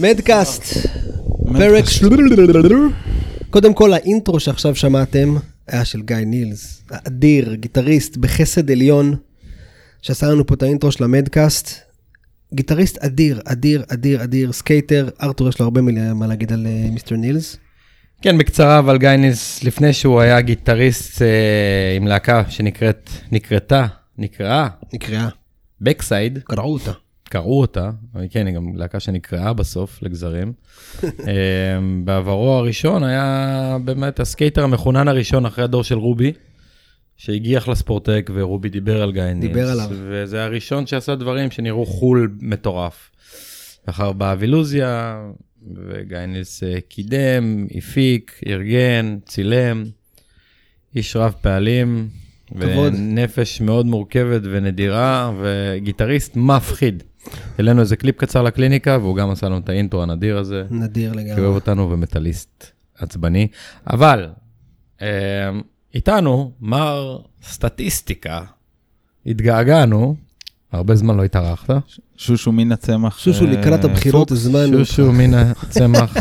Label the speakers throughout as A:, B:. A: מדקאסט, פרק... ש- קודם כל, האינטרו שעכשיו שמעתם היה של גיא נילס, האדיר, גיטריסט בחסד עליון, שעשה לנו פה את האינטרו של המדקאסט. גיטריסט אדיר, אדיר, אדיר, אדיר, סקייטר, ארתור יש לו הרבה מילה- מה להגיד על אה, מיסטר נילס.
B: כן, בקצרה, אבל גיא נילס, לפני שהוא היה גיטריסט אה, עם להקה שנקראת, נקרתה, נקראה,
A: נקראה,
B: בקסייד,
A: קראו אותה.
B: קראו אותה, אבל כן, היא גם להקה שנקראה בסוף לגזרים. אה, בעברו הראשון היה באמת הסקייטר המחונן הראשון אחרי הדור של רובי, שהגיח לספורטק ורובי דיבר על גיא נילס.
A: דיבר עליו.
B: וזה הראשון שעשה דברים שנראו חול מטורף. אחר באה אבילוזיה, וגיא נילס אה, קידם, הפיק, ארגן, צילם, איש רב פעלים.
A: כבוד.
B: ונפש מאוד מורכבת ונדירה, וגיטריסט מפחיד. העלינו איזה קליפ קצר לקליניקה, והוא גם עשה לנו את האינטרו הנדיר הזה,
A: נדיר
B: כי הוא
A: לגמרי.
B: אוהב אותנו ומטאליסט עצבני. אבל אה, איתנו, מר סטטיסטיקה, התגעגענו, הרבה זמן לא התארחת.
C: שושו מן הצמח.
A: שושו
C: אה,
A: לקראת הבחירות הזמנו אותך.
B: שושו מן הצמח.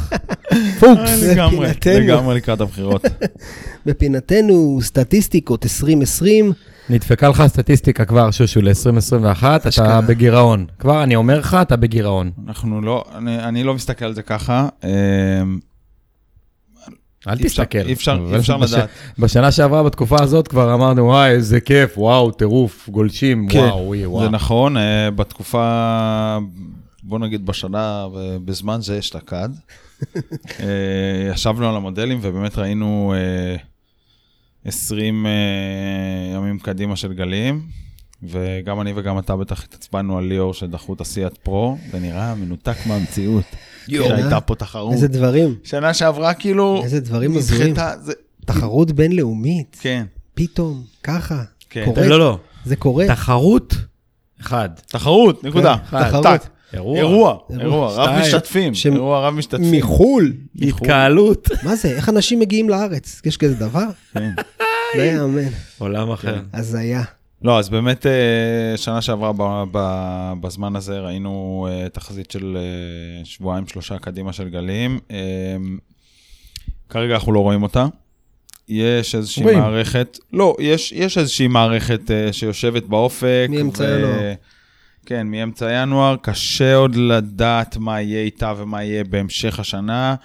C: פוקס.
A: זה
C: אה, לגמרי,
A: פינתנו.
C: לגמרי לקראת הבחירות.
A: בפינתנו סטטיסטיקות 2020,
B: נדפקה לך הסטטיסטיקה כבר, שושו, ל-2021, אתה
A: השקעה.
B: בגירעון. כבר אני אומר לך, אתה בגירעון.
C: אנחנו לא, אני, אני לא מסתכל על זה ככה. אה,
B: אל
C: אי אפשר-
B: תסתכל.
C: אי אפשר-
B: אבל
C: אי אפשר
B: בש-
C: לדעת.
B: בשנה שעברה, בתקופה הזאת, כבר אמרנו, וואי, איזה כיף, וואו, טירוף, גולשים,
C: כן,
B: וואו, אוי, וואו.
C: זה נכון, אה, בתקופה, בוא נגיד בשנה, ו- בזמן זה אשתקד. אה, ישבנו על המודלים ובאמת ראינו אה, 20 אה, ימים קדימה של גלים, וגם אני וגם אתה בטח התעצבנו על ליאור שדחו את הסיאט פרו, זה נראה מנותק מהמציאות.
A: יואו.
C: שהייתה פה תחרות.
A: איזה דברים,
C: שנה שעברה כאילו...
A: איזה דברים הזויים.
C: נדחתה, זה...
A: תחרות בינלאומית.
C: כן.
A: פתאום, ככה,
C: כן.
A: קורה,
B: לא, לא,
A: זה קורה. כן,
B: תחרות, אחד.
C: תחרות, נקודה. אה,
B: אחד.
C: טק,
A: תחרות.
C: טק.
B: אירוע.
C: אירוע, אירוע,
B: שתיים.
C: רב משתתפים.
A: ש-
C: אירוע רב משתתפים.
A: מחו"ל.
B: התקהלות.
A: מה זה, איך אנשים מגיעים לארץ? יש כזה דבר?
C: כן.
A: לא יאמן.
B: עולם אחר.
A: הזיה.
C: לא, אז באמת, אה, שנה שעברה ב- ב- בזמן הזה ראינו אה, תחזית של אה, שבועיים, שלושה קדימה של גלים. אה, כרגע אנחנו לא רואים אותה. יש איזושהי
B: רואים.
C: מערכת, לא, יש, יש איזושהי מערכת אה, שיושבת באופק.
A: מאמצע ינואר.
C: כן, מאמצע ינואר. קשה עוד לדעת מה יהיה איתה ומה יהיה בהמשך השנה.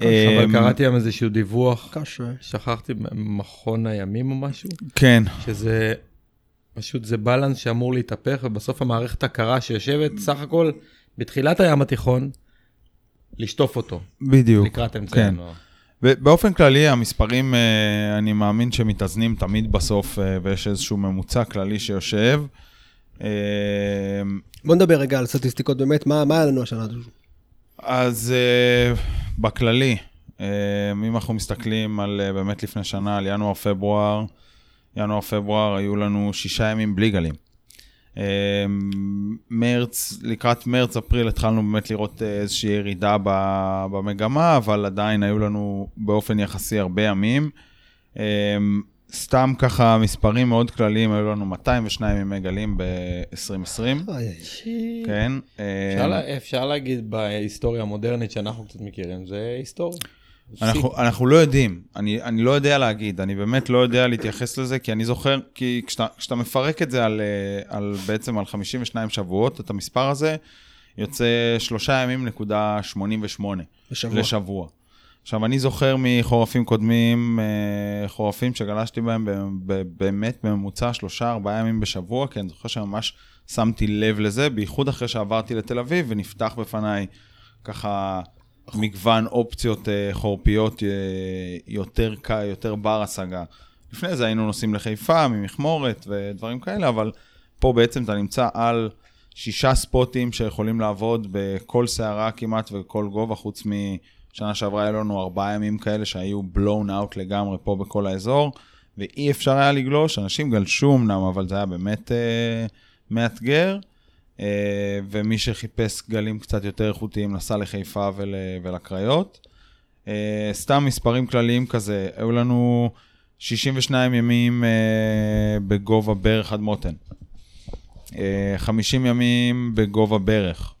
B: אבל
C: אמ,
B: קראתי היום איזשהו דיווח,
A: קשה.
B: שכחתי, מכון הימים או משהו,
C: כן,
B: שזה פשוט, זה בלנס שאמור להתהפך, ובסוף המערכת הקרה שיושבת, סך הכל, בתחילת הים התיכון, לשטוף אותו,
C: בדיוק.
B: לקראת אמצע
C: כן.
B: ינואר.
C: ובאופן כללי, המספרים, אה, אני מאמין שמתאזנים תמיד בסוף, אה, ויש איזשהו ממוצע כללי שיושב. אה,
A: בוא נדבר רגע על סטטיסטיקות באמת, מה מה היה לנו השנה אה, הזו?
C: אז אה, בכללי, אה, אם אנחנו מסתכלים על אה, באמת לפני שנה, על ינואר-פברואר, ינואר-פברואר היו לנו שישה ימים בלי גלים. אה, מרץ, לקראת מרץ-אפריל התחלנו באמת לראות אה, איזושהי ירידה ב- במגמה, אבל עדיין היו לנו באופן יחסי הרבה ימים. אה, סתם ככה, מספרים מאוד כלליים, היו לנו 202 ימי גלים ב-2020,
A: אוי, אוי.
C: כן. אה,
B: אפשר לה- אפשר להגיד בהיסטוריה המודרנית שאנחנו קצת מכירים, זה היסטורי.
C: אנחנו, אנחנו לא יודעים, אני, אני לא יודע להגיד, אני באמת לא יודע להתייחס לזה, כי אני זוכר, כי כשאתה, כשאתה מפרק את זה על, אה, על בעצם על 52 שבועות, את המספר הזה, יוצא שלושה ימים נקודה 88
A: בשבוע.
C: לשבוע. עכשיו, אני זוכר מחורפים קודמים, אה, חורפים שגלשתי בהם ב- ב- באמת בממוצע שלושה, ארבעה ימים בשבוע, כי אני זוכר שממש שמתי לב לזה, בייחוד אחרי שעברתי לתל אביב ונפתח בפניי ככה מגוון אופציות אה, חורפיות אה, יותר, ק- יותר בר השגה. לפני זה היינו נוסעים לחיפה, ממכמורת ודברים כאלה, אבל פה בעצם אתה נמצא על שישה ספוטים שיכולים לעבוד בכל סערה כמעט ובכל גובה, חוץ משנה שעברה היה לנו ארבעה ימים כאלה שהיו blown out לגמרי פה בכל האזור, ואי אפשר היה לגלוש, אנשים גלשו אמנם, אבל זה היה באמת אה, מאתגר. אה, ומי שחיפש גלים קצת יותר איכותיים נסע לחיפה ול, ולקריות. אה, סתם מספרים כלליים כזה, היו לנו 62 ימים אה, בגובה ברך עד מותן. אה, 50 ימים בגובה ברך.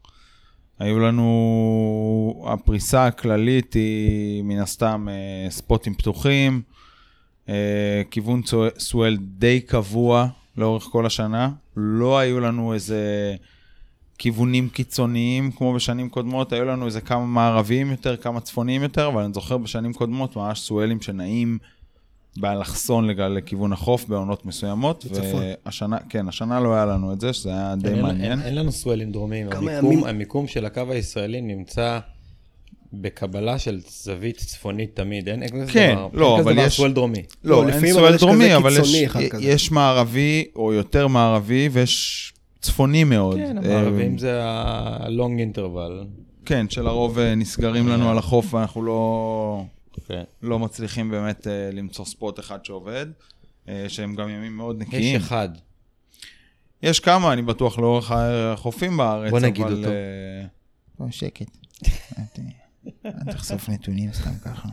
C: היו לנו, הפריסה הכללית היא מן הסתם אה, ספוטים פתוחים, אה, כיוון צו- סואל די קבוע לאורך כל השנה. לא היו לנו איזה כיוונים קיצוניים כמו בשנים קודמות, היו לנו איזה כמה מערביים יותר, כמה צפוניים יותר, אבל אני זוכר בשנים קודמות ממש סואלים שנעים באלכסון לג- לכיוון החוף בעונות מסוימות.
A: בצפון.
C: והשנה, כן, השנה לא היה לנו את זה, שזה היה די
B: כן, אין-
C: מעניין.
B: אין- אין לנו סואלים דרומיים.
A: כמה
B: המיקום-
A: ימים-
B: המיקום של הקו הישראלי נמצא בקבלה של זווית צפונית תמיד. אין אין כזה
C: כן,
B: דבר-
C: לא,
B: אין כזה
C: אבל
B: דבר
C: יש-
B: סואל דרומי.
A: לא,
C: לא, אין
A: לפעמים
C: סואל
A: אבל יש
C: דרומי,
A: כזה
C: אבל
A: קיצוני
C: יש-
A: אחד כזה.
C: יש מערבי, או יותר מערבי, ויש צפוני מאוד.
B: כן,
C: אה,
B: המערבים זה הלונג אינטרוול.
C: כן, שלרוב אה, נסגרים לנו על החוף, ואנחנו לא...
B: כן.
C: לא מצליחים באמת אה, למצוא ספוט אחד שעובד, אה, שהם גם ימים מאוד
B: יש
C: נקיים. יש,
B: אחד.
C: יש כמה, אני בטוח, לאורך ה- החופים בארץ,
B: בוא נגיד
C: אבל...
B: אותו.
C: אה,
D: לא, שקט. אל ת- אל תחשוף נתונים סתם ככה.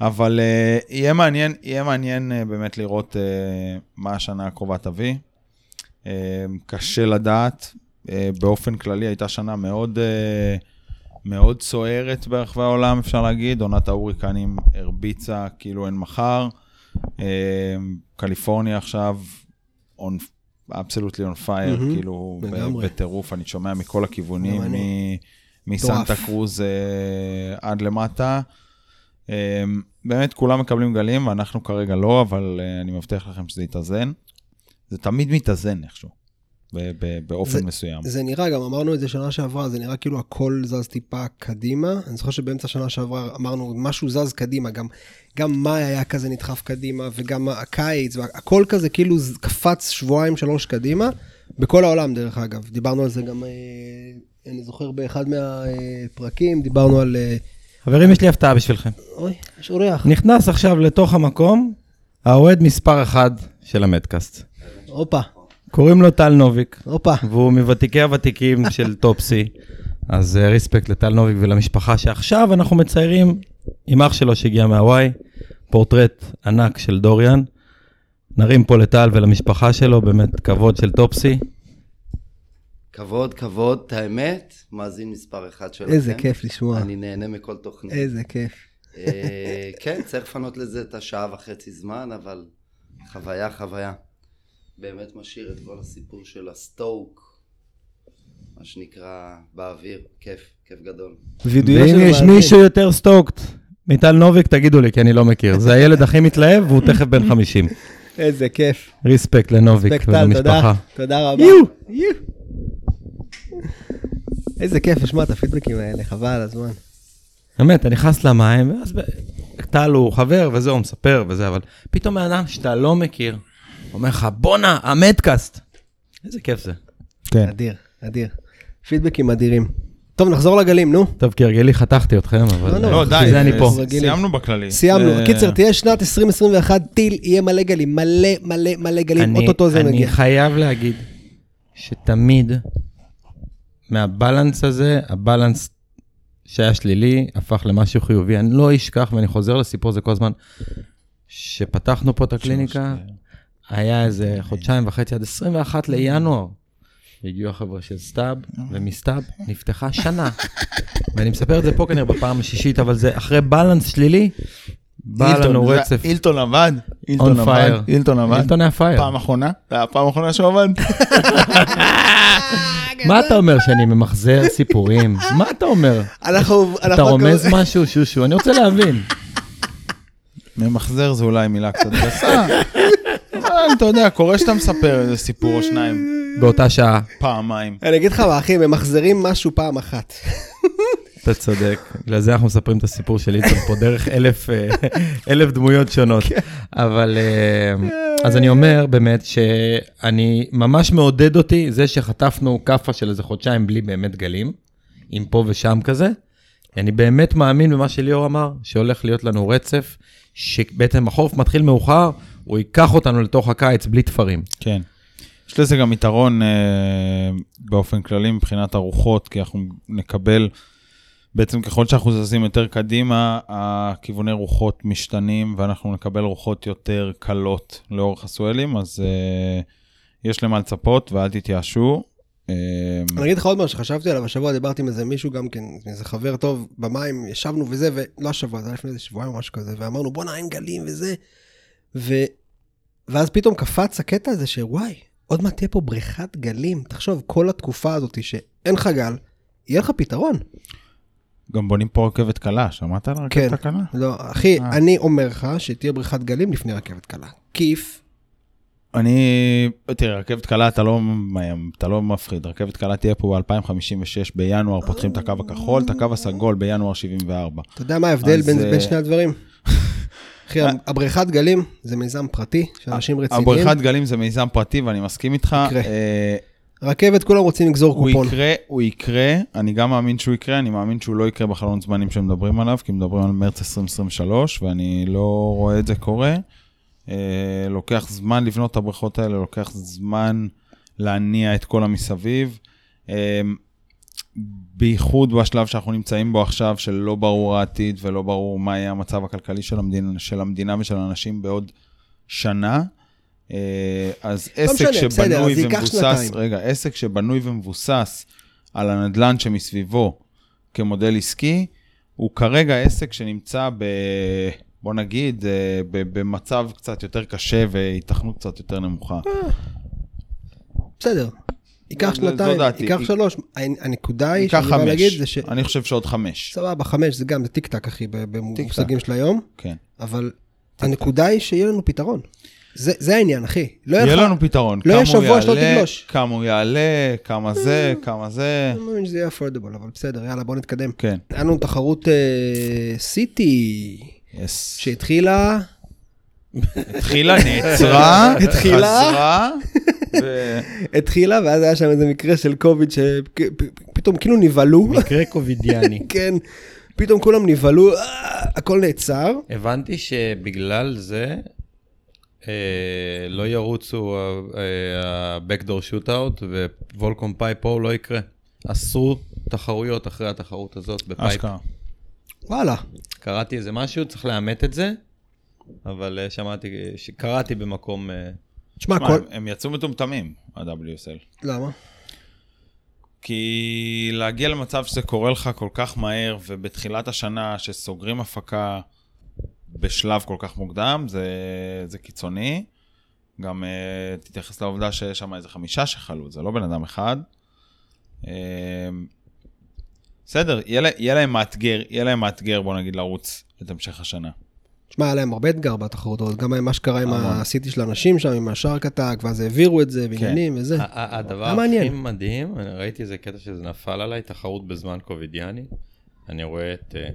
C: אבל אה, יהיה מעניין, יהיה מעניין אה, באמת לראות אה, מה השנה הקרובה תביא. אה, קשה לדעת, אה, באופן כללי הייתה שנה מאוד, אה, מאוד סוערת ברחבי העולם, אפשר להגיד. עונת ההוריקנים הרביצה כאילו אין מחר. אה, קליפורניה עכשיו on, absolutely on fire,
A: מהמם,
C: כאילו, ב-
A: לגמרי.
C: בטירוף, אני שומע מכל הכיוונים,
A: גם
C: מ...
A: אני.
C: מסנטה
A: מטורף.
C: קרוז אה, עד למטה. אה, באמת, כולם מקבלים גלים, ואנחנו כרגע לא, אבל אה, אני מבטיח לכם שזה יתאזן. זה תמיד מתאזן איכשהו, ב- ב- באופן
A: זה-
C: מסוים.
A: זה נראה, גם אמרנו את זה שנה שעברה, זה נראה כאילו הכל זז טיפה קדימה. אני זוכר שבאמצע שנה שעברה אמרנו, משהו זז קדימה, גם, גם מאי היה כזה נדחף קדימה, וגם הקיץ, והכל כזה כאילו ז- קפץ שבועיים, שלוש קדימה, בכל העולם דרך אגב. דיברנו על זה גם, אה, אני זוכר באחד מהפרקים, דיברנו על... אה,
B: חברים, יש לי הפתעה בשבילכם.
A: אוי, יש אורח.
B: נכנס עכשיו לתוך המקום, האוהד מספר אחד של המדקאסט.
A: הופה,
B: קוראים לו טל נוביק,
A: הופה.
B: והוא מוותיקי הוותיקים של טופסי. אז אה, ריספקט לטל נוביק ולמשפחה שעכשיו אנחנו מציירים עם אח שלו שהגיע מהוואי, פורטרט ענק של דוריאן. נרים פה לטל ולמשפחה שלו, באמת כבוד של טופסי.
E: כבוד, כבוד, את האמת, מאזין מספר אחת שלכם.
A: איזה כיף לשמוע.
E: אני נהנה מכל תוכנית.
A: איזה כיף.
E: אה, כן, צריך לפנות לזה את השעה וחצי זמן, אבל חוויה, חוויה. באמת משאיר את כל הסיפור של הסטוק, מה שנקרא, באוויר. כיף, כיף גדול.
A: וידויה
B: ואם
A: של
B: יש
A: המאזין.
B: מישהו יותר סטוקט מטל נוביק, תגידו לי, כי אני לא מכיר. זה הילד הכי מתלהב והוא תכף בן 50.
A: איזה כיף.
B: ריספקט לנוביק
A: פקטל, תודה.
B: ולמשפחה.
A: תודה רבה. יו. איזה כיף לשמוע את הפידבקים האלה, חבל על הזמן.
B: באמת, אתה נכנס למים, ואז ב- טל הוא חבר וזה, הוא מספר וזה, אבל פתאום בן אדם שאתה לא מכיר, אומר לך, בואנה, המדקאסט. איזה כיף זה.
C: כן.
A: אדיר, אדיר. פידבקים אדירים. טוב, נחזור לגלים, נו.
B: טוב, כהרגלי חתכתי אתכם, אבל...
A: לא,
C: לא,
B: בשביל
C: די,
B: אה, זה אני פה.
A: זה- רגילים.
C: סיימנו בכללי.
A: סיימנו.
C: אה,
A: בקיצר, תהיה שנת 2021, טיל, יהיה מלא גלים, מלא מלא מלא גלים,
B: אני-
A: אוטוטו זה
B: אני
A: מגיע.
B: חייב להגיד שתמיד מהבלנס הזה, הבלנס שהיה שלילי, הפך למשהו חיובי. אני לא אשכח, ואני חוזר לסיפור הזה כל הזמן, שפתחנו פה את הקליניקה,
C: כן.
B: היה איזה חודשיים וחצי, עד 21 לינואר, הגיעו החבר'ה של סטאב, ומסטאב נפתחה שנה. ואני מספר את זה פה כנראה בפעם השישית, אבל זה אחרי בלנס שלילי, בא
C: אילטון,
B: לנו
C: זה-
B: רצף.
C: אילטון עבד, אילטון עבד,
B: fire.
C: אילטון עבד.
B: אילטון היה פייר.
C: פעם אחרונה, זה היה הפעם האחרונה שהוא עבד.
B: מה אתה אומר שאני ממחזר סיפורים? מה אתה אומר?
A: אנחנו...
B: אתה רומז משהו, שושו? אני רוצה להבין.
C: ממחזר זה אולי מילה קצת גסה. אבל אתה יודע, קורה שאתה מספר איזה סיפור או שניים,
B: באותה שעה.
C: פעמיים.
A: אני אגיד לך מה, אחי, ממחזרים משהו פעם אחת.
B: אתה צודק. בגלל זה אנחנו מספרים את הסיפור של איתן פה דרך אלף, אה, אלף דמויות שונות. אבל כן. אה, אז אני אומר באמת שאני ממש מעודד אותי זה שחטפנו כאפה של איזה חודשיים בלי באמת גלים, עם פה ושם כזה. אני באמת מאמין במה שליאור אמר, שהולך להיות לנו רצף, שבעצם החורף מתחיל מאוחר, הוא ייקח אותנו לתוך הקיץ בלי תפרים.
C: כן. יש לזה גם יתרון אה, באופן כללי מבחינת הרוחות, כי אנחנו נקבל, בעצם ככל שאנחנו זזים יותר קדימה, הכיווני רוחות משתנים, ואנחנו נקבל רוחות יותר קלות לאורך הסואלים, אז אה, יש למה לצפות ואל תתייאשו. אה,
A: אני אגיד לך עוד משהו שחשבתי עליו, השבוע דיברתי עם איזה מישהו גם כן, איזה חבר טוב, במים, ישבנו וזה, ולא השבוע, זה היה לפני איזה שבועיים או משהו כזה, ואמרנו בואנה אין גלים וזה, ו... ואז פתאום קפץ הקטע הזה שוואי, עוד מעט תהיה פה בריכת גלים, תחשוב, כל התקופה הזאת שאין לך גל, יהיה לך פתרון.
C: גם בונים פה רכבת קלה, שמעת על
A: כן.
C: הרכבת הקלה?
A: לא, אחי,
D: אה.
A: אני אומר לך שתהיה בריכת גלים לפני רכבת קלה. כיף.
C: אני, תראה, רכבת קלה אתה לא, מאיים, אתה לא מפחיד, רכבת קלה תהיה פה ב-2056 בינואר, פותחים את הקו הכחול, את הקו הסגול בינואר 74.
A: אתה יודע מה ההבדל
C: אז,
A: בין,
C: אה,
A: בין שני הדברים? אחי, הבריכת גלים זה מיזם פרטי של אנשים רציניים.
C: אה, הבריכת גלים זה מיזם פרטי ואני מסכים איתך.
A: יקרה.
C: אה,
A: רכבת, כולם רוצים לגזור
C: הוא
A: קופון.
C: יקרה, הוא יקרה, אני גם מאמין שהוא יקרה, אני מאמין שהוא לא יקרה בחלון זמנים שמדברים עליו, כי מדברים על מרץ 2023, ואני לא רואה את זה קורה. אה, לוקח זמן לבנות את הבריכות האלה, לוקח זמן להניע את כל המסביב. אה, בייחוד בשלב שאנחנו נמצאים בו עכשיו, שלא ברור העתיד ולא ברור מה יהיה המצב הכלכלי של המדינה, של המדינה ושל האנשים בעוד שנה. אה, אז עסק
A: לא משנה, בסדר,
C: שבנוי
A: אז זה ייקח
C: ומבוסס,
A: שנתיים.
C: רגע, עסק שבנוי ומבוסס על הנדלן שמסביבו כמודל עסקי, הוא כרגע עסק שנמצא ב... בוא נגיד, אה, ב- במצב קצת יותר קשה והיתכנות קצת יותר נמוכה.
A: אה, בסדר. ייקח
C: זו- זו
A: שנתיים,
C: דעתי.
A: ייקח
C: יק-
A: שלוש. הנ- הנקודה היא
C: ייקח
A: שאני בא
C: חמש,
A: להגיד זה ש...
C: אני חושב שעוד חמש,
A: סבבה, חמש זה גם, זה טיק טק אחי, ב- במושגים של היום,
C: כן.
A: אבל הנקודה היא שיהיה לנו פתרון. זה זה העניין, אחי. לא
C: יהיה
A: לך-
C: לנו פתרון,
A: לא
C: כמה
A: יהיה
C: הוא
A: שבוע שלא
C: יעלה,
A: תגלוש. אה.
C: כמה הוא יעלה, כמה זה, כמה זה,
A: אני לא מאמין שזה יהיה אפורדבול, אבל בסדר, יאללה, בוא נתקדם.
C: כן,
A: היה לנו תחרות אה, סיטי,
C: יס.
A: שהתחילה...
C: התחילה, נעצרה,
A: התחילה.
C: חזרה, ו-
A: התחילה, ואז היה שם איזה מקרה של קוביד שפתאום כאילו נבהלו,
B: מקרה קובידיאני.
A: כן, פתאום כולם נבהלו, אה, הכל נעצר.
B: הבנתי שבגלל זה אה, לא ירוצו אה, ה-Backdoor Shootout ווולקום פייפו לא יקרה. אסרו תחרויות אחרי התחרות הזאת בפייפ.
C: אשכרה.
A: וואלה,
B: קראתי איזה משהו, צריך לאמת את זה, אבל אה, שמעתי, ש- קראתי במקום... אה,
A: תשמע,
C: מה,
A: כל...
C: הם- הם יצאו מטומטמים, ה-WSL.
A: למה?
C: כי להגיע למצב שזה קורה לך כל כך מהר, ובתחילת השנה שסוגרים הפקה בשלב כל כך מוקדם, זה, זה קיצוני. גם uh, תתייחס לעובדה שיש שם איזה חמישה שחלו, זה לא בן אדם אחד. Uh, בסדר, יהיה, לה- יהיה להם מאתגר, יהיה להם מאתגר, בוא נגיד, לרוץ את המשך השנה.
A: תשמע, היה להם הרבה אתגר בתחרות הזאת, גם היה מה שקרה עם
C: המון.
A: הסיטי של האנשים שם, עם השארק הטאק, ואז העבירו את זה, בעניינים
C: כן.
A: וזה.
C: אה,
B: ה- ה- הדבר
A: היה מעניין.
B: הכי מדהים, אני ראיתי איזה קטע שזה נפל עליי, תחרות בזמן קובידיאני. אני רואה את אה,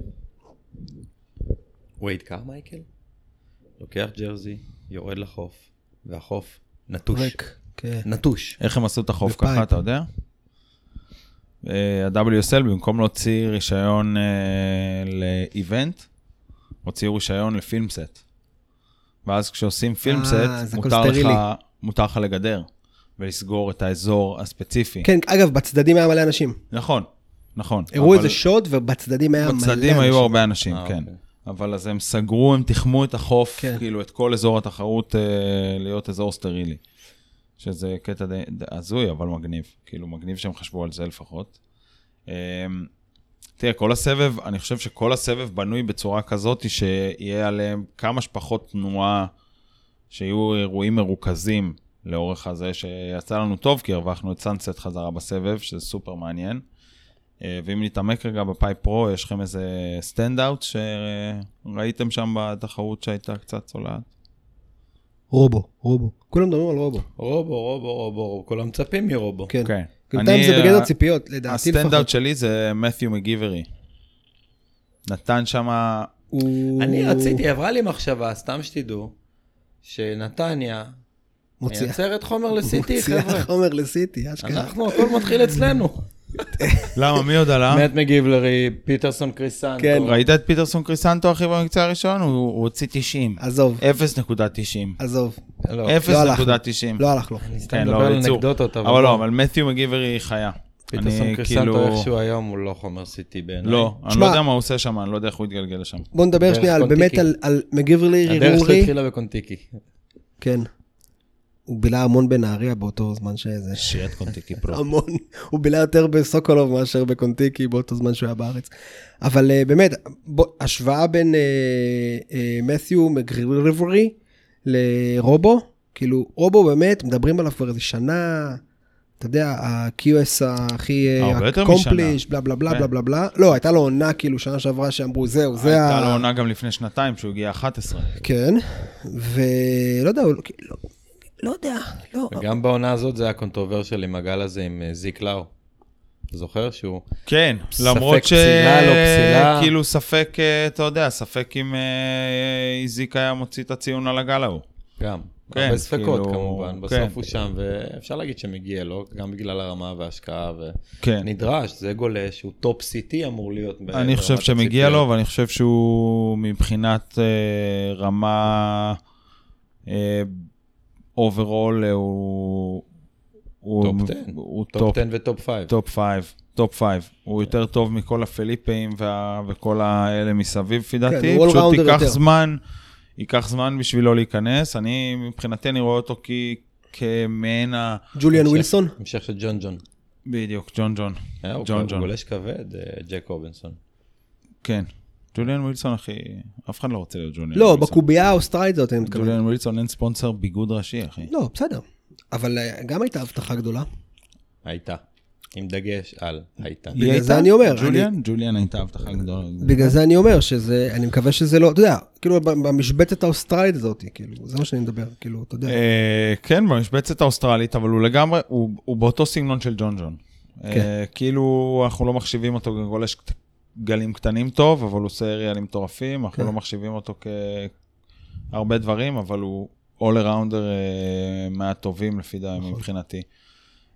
B: וייד קרמייקל, לוקח ג'רזי, יורד לחוף, והחוף נטוש.
A: ריק. כן.
B: נטוש.
C: איך הם עשו את החוף
A: בפייפ.
C: ככה, אתה יודע? אה, ה-WSL, במקום להוציא רישיון אה, לאיבנט, הוציאו רישיון לפילם סט. ואז כשעושים פילם
A: אה,
C: סט,
A: זה הכל
C: מותר לך-
A: סטרילי.
C: מותר לך לגדר ולסגור את האזור הספציפי.
A: כן, אגב, בצדדים היה מלא אנשים.
C: נכון, נכון.
A: הראו
C: אבל
A: איזה שוד, ובצדדים היה מלא אנשים.
C: בצדדים היו הרבה אנשים,
B: אה,
C: כן.
B: אוקיי.
C: אבל אז הם סגרו, הם תיחמו את החוף,
A: כן.
C: כאילו את כל אזור התחרות אה, להיות אזור סטרילי. שזה קטע די די הזוי, אבל מגניב. כאילו, מגניב שהם חשבו על זה לפחות. אה, תראה, כל הסבב, אני חושב שכל הסבב בנוי בצורה כזאת שיהיה עליהם כמה שפחות תנועה, שיהיו אירועים מרוכזים לאורך הזה, שיצא לנו טוב, כי הרווחנו את סאנסט חזרה בסבב, שזה סופר מעניין. אה, ואם נתעמק רגע בפאי פרו, יש לכם איזה סטנדאוט שראיתם שם בתחרות שהייתה קצת צולעת?
A: רובו, רובו. כולם מדברים על רובו.
B: רובו, רובו, רובו, רובו, כולם מצפים מרובו.
A: כן.
C: כן.
A: בינתיים
C: אני,
A: זה בגדר
C: אה,
A: ציפיות, לדעתי
C: הסטנדאוט
A: לפחות.
C: שלי זה מת'יו מגיברי. נתן שם,
A: הוא
B: אני רציתי, עברה לי מחשבה, סתם שתדעו, שנתניה
A: מוציאה-
B: מייצרת חומר לסיטי,
A: מוציאה אה?
B: חבר'ה.
A: חומר לסיטי, אשכרה.
B: אנחנו, הכל מתחיל אצלנו.
C: למה, מי עוד עלה?
B: מאט מגיבלרי, פיטרסון קריסנטו.
A: כן.
C: ראית את פיטרסון קריסנטו, אחי, במקצוע הראשון? הוא הוא הוציא 90.
A: עזוב,
C: 0.90.
A: עזוב.
B: לא,
C: אה, 0.90.
A: לא הלך לו.
B: אני סתם
C: כן, לא,
B: מדבר על
C: יצור.
B: אנקדוטות,
C: אבל לא, אבל מת'יו מגיברי היא חיה.
B: פיטרסון
C: אני
B: קריסנטו
C: כאילו-
B: איכשהו היום הוא לא חומר סיטי בעיניי.
C: לא, אני לא
A: תשמע-
C: יודע מה הוא עושה שם, אני לא יודע איך הוא התגלגל לשם.
A: בוא נדבר
B: דרך
A: שנייה על-
B: קונטיקי.
A: באמת על- על מגיב לירי
B: הדרך שלו
A: רורי.
B: התחילה בקונטיקי.
A: כן. הוא בילה המון בנהריה באותו זמן שזה.
F: שירת קונטיקי פרו.
A: המון. הוא בילה יותר בסוקולוב מאשר בקונטיקי באותו זמן שהוא היה בארץ. אבל אה, באמת, בוא, השוואה בין אה, אה, מת'יו מגריברי לרובו, כאילו, רובו באמת, מדברים עליו כבר איזה שנה, אתה יודע, ה-QS הכי
C: הרבה יותר
A: אקומפליש, בלה בלה בלה
C: כן.
A: בלה בלה בלה. לא, הייתה לו עונה כאילו שנה שעברה שאמרו, זהו, זה ה...
C: הייתה לו עונה גם לפני שנתיים, שהוא הגיע 11.
A: כן, ולא יודע, הוא לא- לא- לא יודע, לא.
B: וגם בעונה הזאת זה היה קונטרוברשל עם הגל הזה עם אה, זיק לאו. אתה זוכר שהוא...
C: כן,
B: ספק
C: למרות ש...
B: פסילה, לא פסילה.
C: כאילו ספק, אה, אתה יודע, ספק אם אה, איזיק היה מוציא את הציון על הגל ההוא.
B: גם.
C: כן,
B: כן, הרבה ספקות
C: כאילו,
B: כמובן, בסוף
C: כן.
B: הוא שם, ואפשר להגיד שמגיע לו, גם בגלל הרמה וההשקעה,
C: כן.
B: ונדרש, זה גולש, הוא טופ CT אמור להיות. ב-
C: אני חושב
B: ברמת
C: שמגיע
B: הציפיות.
C: לו, ואני חושב שהוא מבחינת אה, רמה אוברול, הוא... הוא-
B: טופ 10.
C: הוא
B: טופ 10 וטופ 5.
C: טופ פייב, טופ פייב. הוא
A: כן.
C: יותר טוב מכל הפיליפאים וה... וכל האלה מסביב, לפי דעתי.
A: כן, הוא
C: פשוט
A: all-rounder
C: ייקח
A: יותר.
C: זמן, ייקח זמן בשבילו להיכנס. אני, מבחינתי, אני רואה אותו כי... כמעין ה...
A: ג'וליאן
B: ש-
A: ווילסון?
B: המשך של ג'ון ג'ון.
C: בדיוק, ג'ון ג'ון.
B: אה, הוא
C: ג'ון
B: הוא
C: ג'ון.
B: גולש כבד, אה, ג'ק רובינסון.
C: כן. ג'וליאן ווילסון, אחי, אף אחד לא רוצה להיות ג'וליאן
A: לא,
C: ווילסון.
A: בקובייה האוסטרלית זאת, אני מתכוון.
C: ג'וליאן ווילסון אין ספונסר ביגוד ראשי, אחי.
A: לא, בסדר. אבל אה, גם הייתה הבטחה גדולה.
B: הייתה. עם דגש על הייתה.
C: היא
A: בגלל זה
C: הייתה?
A: אני אומר,
C: ג'וליאן? ג'וליאן הייתה הבטחה גדולה.
A: בגלל זה אני אומר שזה, אני מקווה שזה לא, אתה יודע, כאילו במשבצת האוסטרלית הזאת, כאילו, זה מה שאני מדבר, כאילו, אתה יודע.
C: אה, כן, במשבצת האוסטרלית, אבל הוא לגמרי, הוא הוא באותו סגנון של ג'ון ג'ון. אה,
A: כן.
C: כאילו, אנחנו לא מחשיבים אותו כגולש קט- גלים קטנים טוב, אבל הוא עושה ריאלים מטורפים, אנחנו
A: כן.
C: לא מחשיבים אותו כהרבה דברים, אבל הוא all arounder אה, מהטובים לפי דעתי
A: נכון.
C: מבחינתי.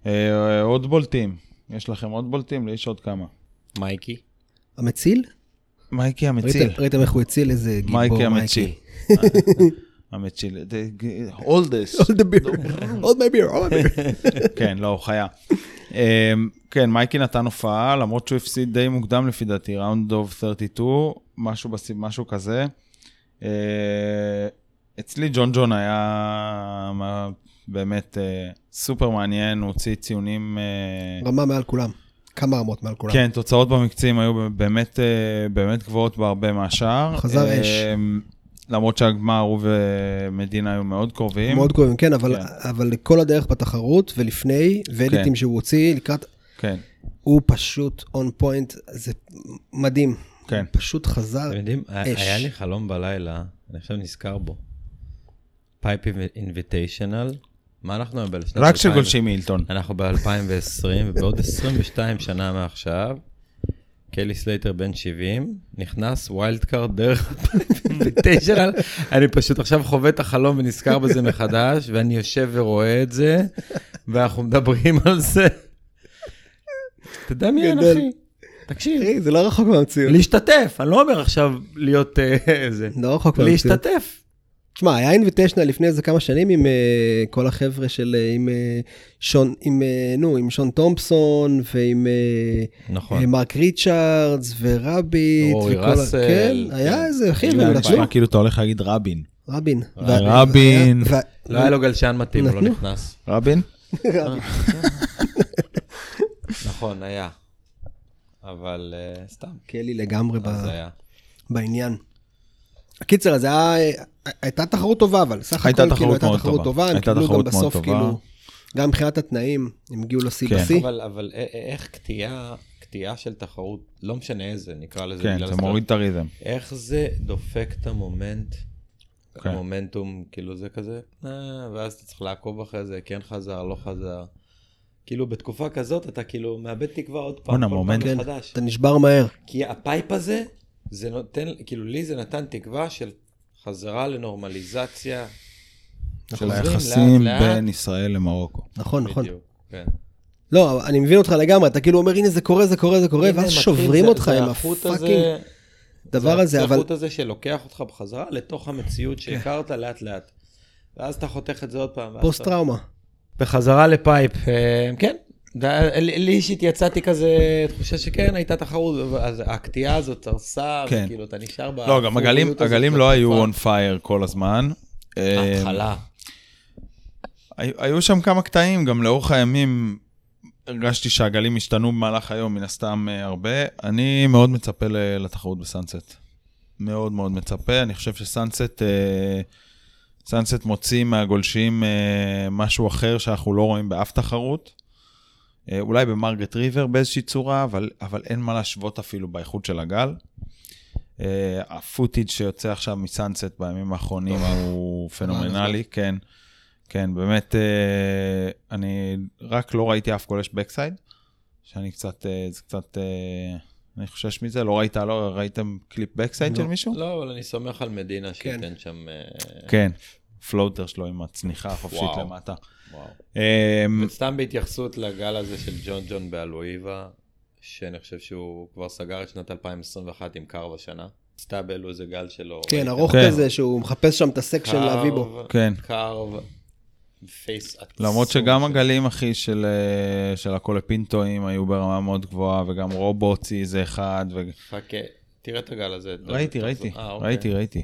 C: אה, עוד בולטים, יש לכם עוד בולטים? לי יש עוד כמה.
B: מייקי.
A: המציל?
C: מייקי המציל.
A: ראית- ראיתם איך הוא הציל איזה גיבור
C: מייקי
A: מייקי?
C: המציל. המציל. אולדס.
A: All the beer,
C: לא.
A: all my beer, all my beer.
C: כן, לא, הוא חיה. אמ, כן, מייקי נתן הופעה, למרות שהוא הפסיד די מוקדם לפי דעתי, ראונד אוף 32, משהו, בס... משהו כזה. אה, אצלי ג'ון ג'ון היה מה- באמת אה, סופר מעניין, הוא הוציא ציונים... אה,
A: רמה מעל כולם. כמה רמות מעל כולם.
C: כן, תוצאות במקצים היו באמת, אה, באמת גבוהות בהרבה מהשאר.
A: חזר אש.
C: אה, למרות שהגמר הוא ומדינה היו מאוד קרובים.
A: מאוד קרובים, כן, אבל-
C: כן.
A: אבל כל הדרך בתחרות ולפני, ואדיטים
C: כן.
A: שהוא הוציא לקראת,
C: כן,
A: הוא פשוט און פוינט, זה מדהים.
C: כן.
A: פשוט חזר.
B: אתם יודעים, היה-
A: אש.
B: היה לי חלום בלילה, אני עכשיו נזכר בו. פייפ אינביטיישנל. מה אנחנו היום בשנת
C: רק של גולשים מילטון.
B: אנחנו ב-2020, ובעוד 22 שנה מעכשיו, קלי סלייטר בן 70, נכנס ווילד קארד דרך 2009, אני פשוט עכשיו חווה את החלום ונזכר בזה מחדש, ואני יושב ורואה את זה, ואנחנו מדברים על זה. תדמיין,
A: גדול.
B: אחי. תקשיב,
A: תראי, זה לא רחוק מהמציאות.
B: להשתתף, אני לא אומר עכשיו להיות אה, איזה,
A: לא רחוק מהמציאות.
B: להשתתף.
A: תשמע, היה אינביטיישנל לפני איזה כמה שנים עם אה, כל החבר'ה של, אה, עם אה, שון, עם, אה, נו, עם שון תומפסון ועם אה,
B: נכון.
A: אה, מרק ריצ'רדס ורביט.
B: אורי
A: וכל ה-
B: ראסל,
A: כן,
B: כן.
A: היה איזה, אחי,
B: היו
A: והם
B: להם
A: נתנו,
B: בעיה.
C: כאילו אתה הולך להגיד רבין.
A: רבין.
C: אה, רבין.
A: וה-
B: לא היה לו גלשן מתאים, הוא לא
A: נתנו.
B: נכנס.
C: רבין?
B: נכון, היה. אבל אה, סתם,
A: קלי לגמרי
C: אה,
A: ב-
B: אז היה.
A: בעניין. הקיצר, אז היה, הייתה תחרות טובה, אבל סך הכל,
C: הייתה
A: כאילו,
C: תחרות
A: הייתה
C: מאוד
A: תחרות
C: טובה.
A: טובה, הם
C: הייתה
A: קיבלו גם
C: תחרות מאוד
A: בסוף,
C: טובה.
A: כאילו, גם מבחינת התנאים, הם הגיעו לשיא
C: כן.
A: בשיא.
B: אבל, אבל א- א- איך קטיעה, קטיעה של תחרות, לא משנה איזה, נקרא לזה,
C: כן,
B: בגלל
C: זה
B: הסטרט-
C: מוריד את הריזם.
B: איך זה דופק את המומנט,
C: כן.
B: המומנטום, כאילו זה כזה, אה, ואז אתה צריך לעקוב אחרי זה, כן חזר, לא חזר. כאילו בתקופה כזאת אתה כאילו מאבד תקווה עוד פעם,
C: בואנה,
B: כל
C: מומנט.
B: פעם
A: כן,
B: מחדש.
A: אתה נשבר מהר.
B: כי הפייפ הזה, זה נותן, כאילו לי זה נתן תקווה של חזרה לנורמליזציה.
C: של
B: חוזרים
C: היחסים
B: לאט, לאט.
C: בין ישראל למרוקו.
A: נכון, נכון.
B: בדיוק, כן.
A: לא, אני מבין אותך לגמרי, אתה כאילו אומר, הנה זה קורה, זה קורה, זה קורה,
B: הנה,
A: ואז
B: מתחיל
A: שוברים
B: זה-
A: אותך
B: זה
A: עם
B: החוט
A: הפאקינג
B: הזה-
A: דבר הזה,
B: זה
A: אבל... כן.
B: החוט הזה שלוקח אותך בחזרה לתוך המציאות שהכרת לאט לאט. ואז אתה חותך את זה עוד פעם. ואז
A: פוסט
B: אתה-
A: טראומה.
B: בחזרה לפייפ, אה, כן. זה- לי לי אישית יצאתי כזה תחושה שכן, הייתה תחרות, אז הקטיעה הזאת הרסה,
C: כן.
B: וכאילו אתה נשאר ב...
C: לא, גם הגלים, הגלים לא היו on fire כל הזמן. אה,
B: ההתחלה.
C: היו היו שם כמה קטעים, גם לאורך הימים הרגשתי שהגלים השתנו במהלך היום, מן הסתם אה, הרבה. אני מאוד מצפה ל- לתחרות בסאנסט. מאוד מאוד מצפה. אני חושב שסאנסט אה, סאנסט מוציא מהגולשים אה, משהו אחר שאנחנו לא רואים באף תחרות. אה, אולי במרגט ריבר באיזושהי צורה, אבל, אבל אין מה להשוות אפילו באיכות של הגל. אה, הפוטיג' שיוצא עכשיו מסאנסט בימים האחרונים הוא פנומנלי, כן. כן, באמת, אה, אני רק לא ראיתי אף גולש בקסייד, שאני קצת, אה, זה קצת, אה, אני חושש מזה, לא ראית, לא ראיתם קליפ בקסייד של מישהו?
B: לא, אבל אני סומך על
A: כן.
B: מדינה שייתן שם... אה,
C: כן, פלוטר שלו עם הצניחה החופשית
B: וואו.
C: למטה.
B: וואו.
C: אמ,
B: סתם בהתייחסות לגל הזה של ג'ון ג'ון באלואיבה, שאני חושב שהוא כבר סגר את שנת 2021 עם קר בשנה. סטאבל הוא איזה גל שלו.
A: כן, ארוך
C: כן.
A: כזה שהוא מחפש שם את הסקשן להביא בו.
C: כן.
B: קרב, פייס עצום.
C: למרות שגם
B: של-
C: הגלים, אחי, של, אה, של הקולפינטואים היו ברמה מאוד גבוהה, וגם רובוצי זה אחד. ו...
B: חכה, תראה את הגל הזה.
C: ראיתי, ראיתי,
B: אה, אוקיי.
C: ראיתי, ראיתי.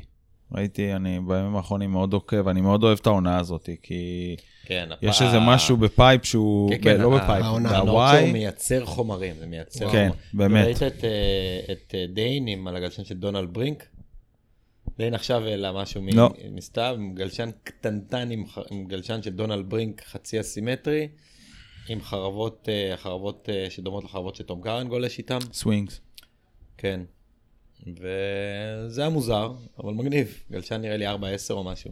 C: ראיתי, אני בימים האחרונים מאוד עוקב, אני מאוד אוהב את העונה הזאת, כי
B: כן, הפעם.
C: יש איזה משהו בפייפ שהוא,
B: כן, כן,
C: ב- לא
B: ה-
C: בפייפ,
A: העונה.
C: בוואי,
B: הוא מייצר חומרים, זה מייצר
C: כן,
B: חומרים.
C: באמת.
B: ראית את, אה, את אה, דיין עם הגלשן של דונלד ברינק? דיין עכשיו העלה משהו מ-
C: לא.
B: מסתיו, עם גלשן קטנטן עם, ח- עם גלשן של דונלד ברינק חצי אסימטרי, עם חרבות, אה, חרבות אה, שדומות לחרבות שתום קארן גולש איתם,
C: סווינגס.
B: כן. וזה היה מוזר, אבל מגניב, גלשן נראה לי 4-10 או משהו.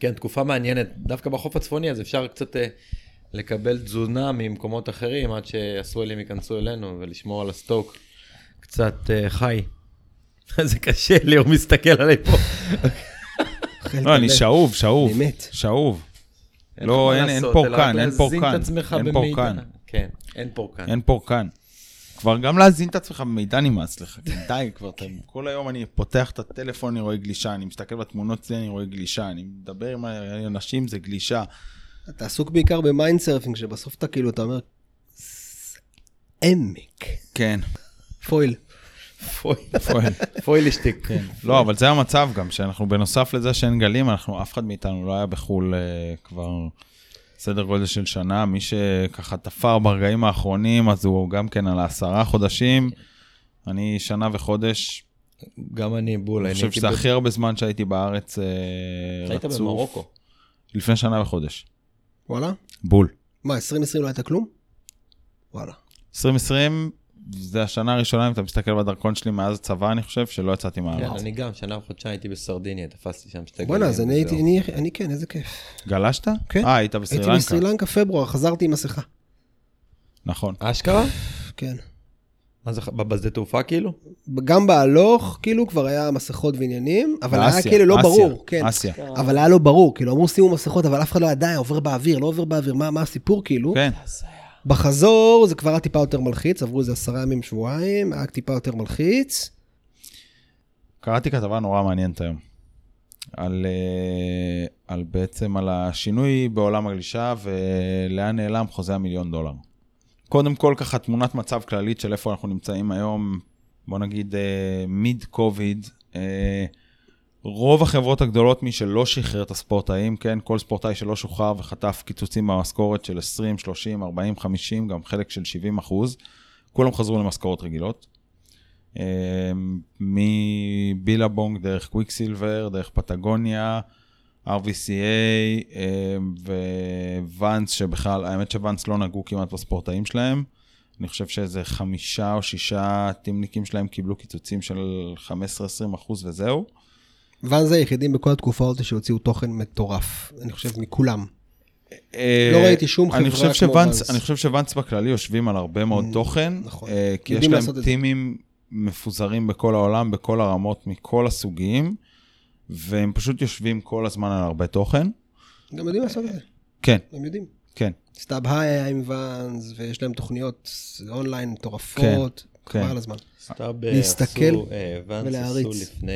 B: כן, תקופה מעניינת, דווקא בחוף הצפוני אז אפשר קצת אה, לקבל תזונה ממקומות אחרים עד שהסואלים ייכנסו אלינו ולשמור על הסטוק קצת אה, חי. זה קשה לי, הוא מסתכל עליי פה.
C: לא, אני שאוב, שאוב,
A: באמת.
C: שאוב.
B: לך
C: לא,
B: מה
C: אין- אין
B: לעשות,
C: פורקן,
B: אלא רק
C: אין
B: להזין
C: פורקן,
B: את עצמך
C: אין
B: במידע.
C: פורקן.
B: כן, אין פורקן.
C: אין פורקן. כבר גם להזין את עצמך במידע נמאס לך, כי די כבר, אתה, כל היום אני פותח את הטלפון, אני רואה גלישה, אני מסתכל בתמונות שלי, אני רואה גלישה, אני מדבר עם אנשים, זה גלישה.
A: אתה עסוק בעיקר במיינדסרפינג, שבסוף אתה כאילו, אתה אומר, "ס- עמק,
C: כן.
A: פויל.
C: פועל.
B: פוילישטיק.
C: לא, אבל זה המצב גם, שאנחנו בנוסף לזה שאין גלים, אנחנו, אף אחד מאיתנו לא היה בחו"ל אה, כבר סדר גודל של שנה. מי שככה תפר ברגעים האחרונים, אז הוא גם כן על העשרה חודשים. אני שנה וחודש,
B: גם אני בול,
C: אני חושב שזה הכי הרבה זמן שהייתי בארץ אה, רצוף.
B: היית במרוקו.
C: לפני שנה וחודש.
A: וואלה?
C: בול.
A: מה, 2020 לא הייתה כלום? וואלה.
C: 2020, זה השנה הראשונה, אם אתה מסתכל בדרכון שלי מאז הצבא, אני חושב, שלא יצאתי
B: כן,
C: מהארץ.
B: אני גם, שנה וחודשיים הייתי בסרדיניה, תפסתי שם שתי גלים.
A: בואנה, אז אני
B: וזהו.
A: הייתי, אני, אני כן, איזה כיף.
C: גלשת?
A: כן.
C: אה, היית
A: הייתי
C: בסרילנקה.
A: בסרי לנקה פברואר, חזרתי עם מסכה.
C: נכון.
B: אשכרה?
A: כן.
B: מה זה, בשדה תעופה כאילו?
A: גם בהלוך, כאילו, כבר היה מסכות ועניינים, אבל היה
C: באסיה,
A: כאילו לא
C: אסיה,
A: ברור. כן.
C: אסיה.
A: אבל היה לא ברור, כאילו, אמרו שימו מסכות, אבל אף אחד לא ידע, עובר באוויר, לא עובר באוויר, מה מה הסיפור, כאילו?
C: כן.
A: בחזור זה כבר היה טיפה יותר מלחיץ, עברו איזה עשרה ימים, שבועיים, היה טיפה יותר מלחיץ.
C: קראתי כתבה נורא מעניינת היום. על, אה, על בעצם, על השינוי בעולם הגלישה ולאן נעלם חוזה המיליון דולר. קודם כל, ככה תמונת מצב כללית של איפה אנחנו נמצאים היום, בוא נגיד מיד קוביד. רוב החברות הגדולות, מי שלא שחרר את הספורטאים, כן, כל ספורטאי שלא שוחרר וחטף קיצוצים במשכורת של 20, 30, 40, 50, גם חלק של 70 אחוז, כולם חזרו למשכורות רגילות. אה, מבילבונג דרך קוויקסילבר, דרך פטגוניה, RVCA אה, וואנס, שבכלל, האמת שוואנס לא נגעו כמעט בספורטאים שלהם. אני חושב שאיזה חמישה או שישה טימניקים שלהם קיבלו קיצוצים של 15-20 אחוז וזהו.
A: ואן זה היחידים בכל התקופה הזאת שהוציאו תוכן מטורף, אני חושב מכולם.
C: לא
A: ראיתי שום חברה
C: חושב
A: כמו
C: שוואנס.
A: ואנס.
C: אני חושב שוואנס בכללי יושבים על הרבה מאוד תוכן,
A: נכון.
C: אה, כי יש
A: יודעים
C: להם
A: לעשות את זה.
C: טימים מפוזרים בכל העולם, בכל הרמות, מכל הסוגים, והם פשוט יושבים כל הזמן על הרבה תוכן.
A: גם יודעים לעשות את זה,
C: כן,
A: הם יודעים.
C: כן,
A: סתיו היי היה עם ואנס, ויש להם תוכניות אונליין מטורפות,
C: כן.
A: חבל על הזמן.
B: סתיו
A: להסתכל
B: עשו, אה, ואנס עשו
A: ולהעריץ.
B: לפני,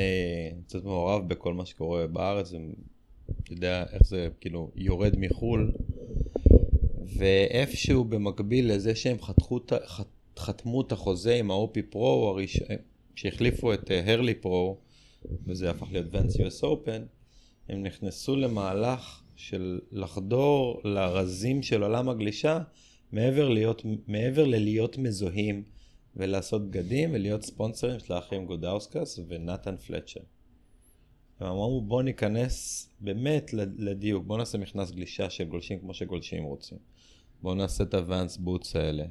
B: קצת מעורב בכל מה שקורה בארץ, אתה יודע איך זה כאילו יורד מחו"ל, ואיפשהו במקביל לזה שהם חתכו, את ה- חת- חתמו את החוזה עם ה-OP פרו הראשון, אה, שהחליפו את אה, הרלי פרו, וזה הפך להיות ואנס US Open, הם נכנסו למהלך של לחדור לרזים של עולם הגלישה מעבר, להיות, מעבר ללהיות מזוהים ולעשות בגדים ולהיות ספונסרים של האחים גודאוסקס ונתן פלצ'ר. הם אמרו בוא ניכנס באמת לדיוק, בוא נעשה מכנס גלישה של גולשים כמו שגולשים רוצים. בוא נעשה את הוואנס בוטס האלה.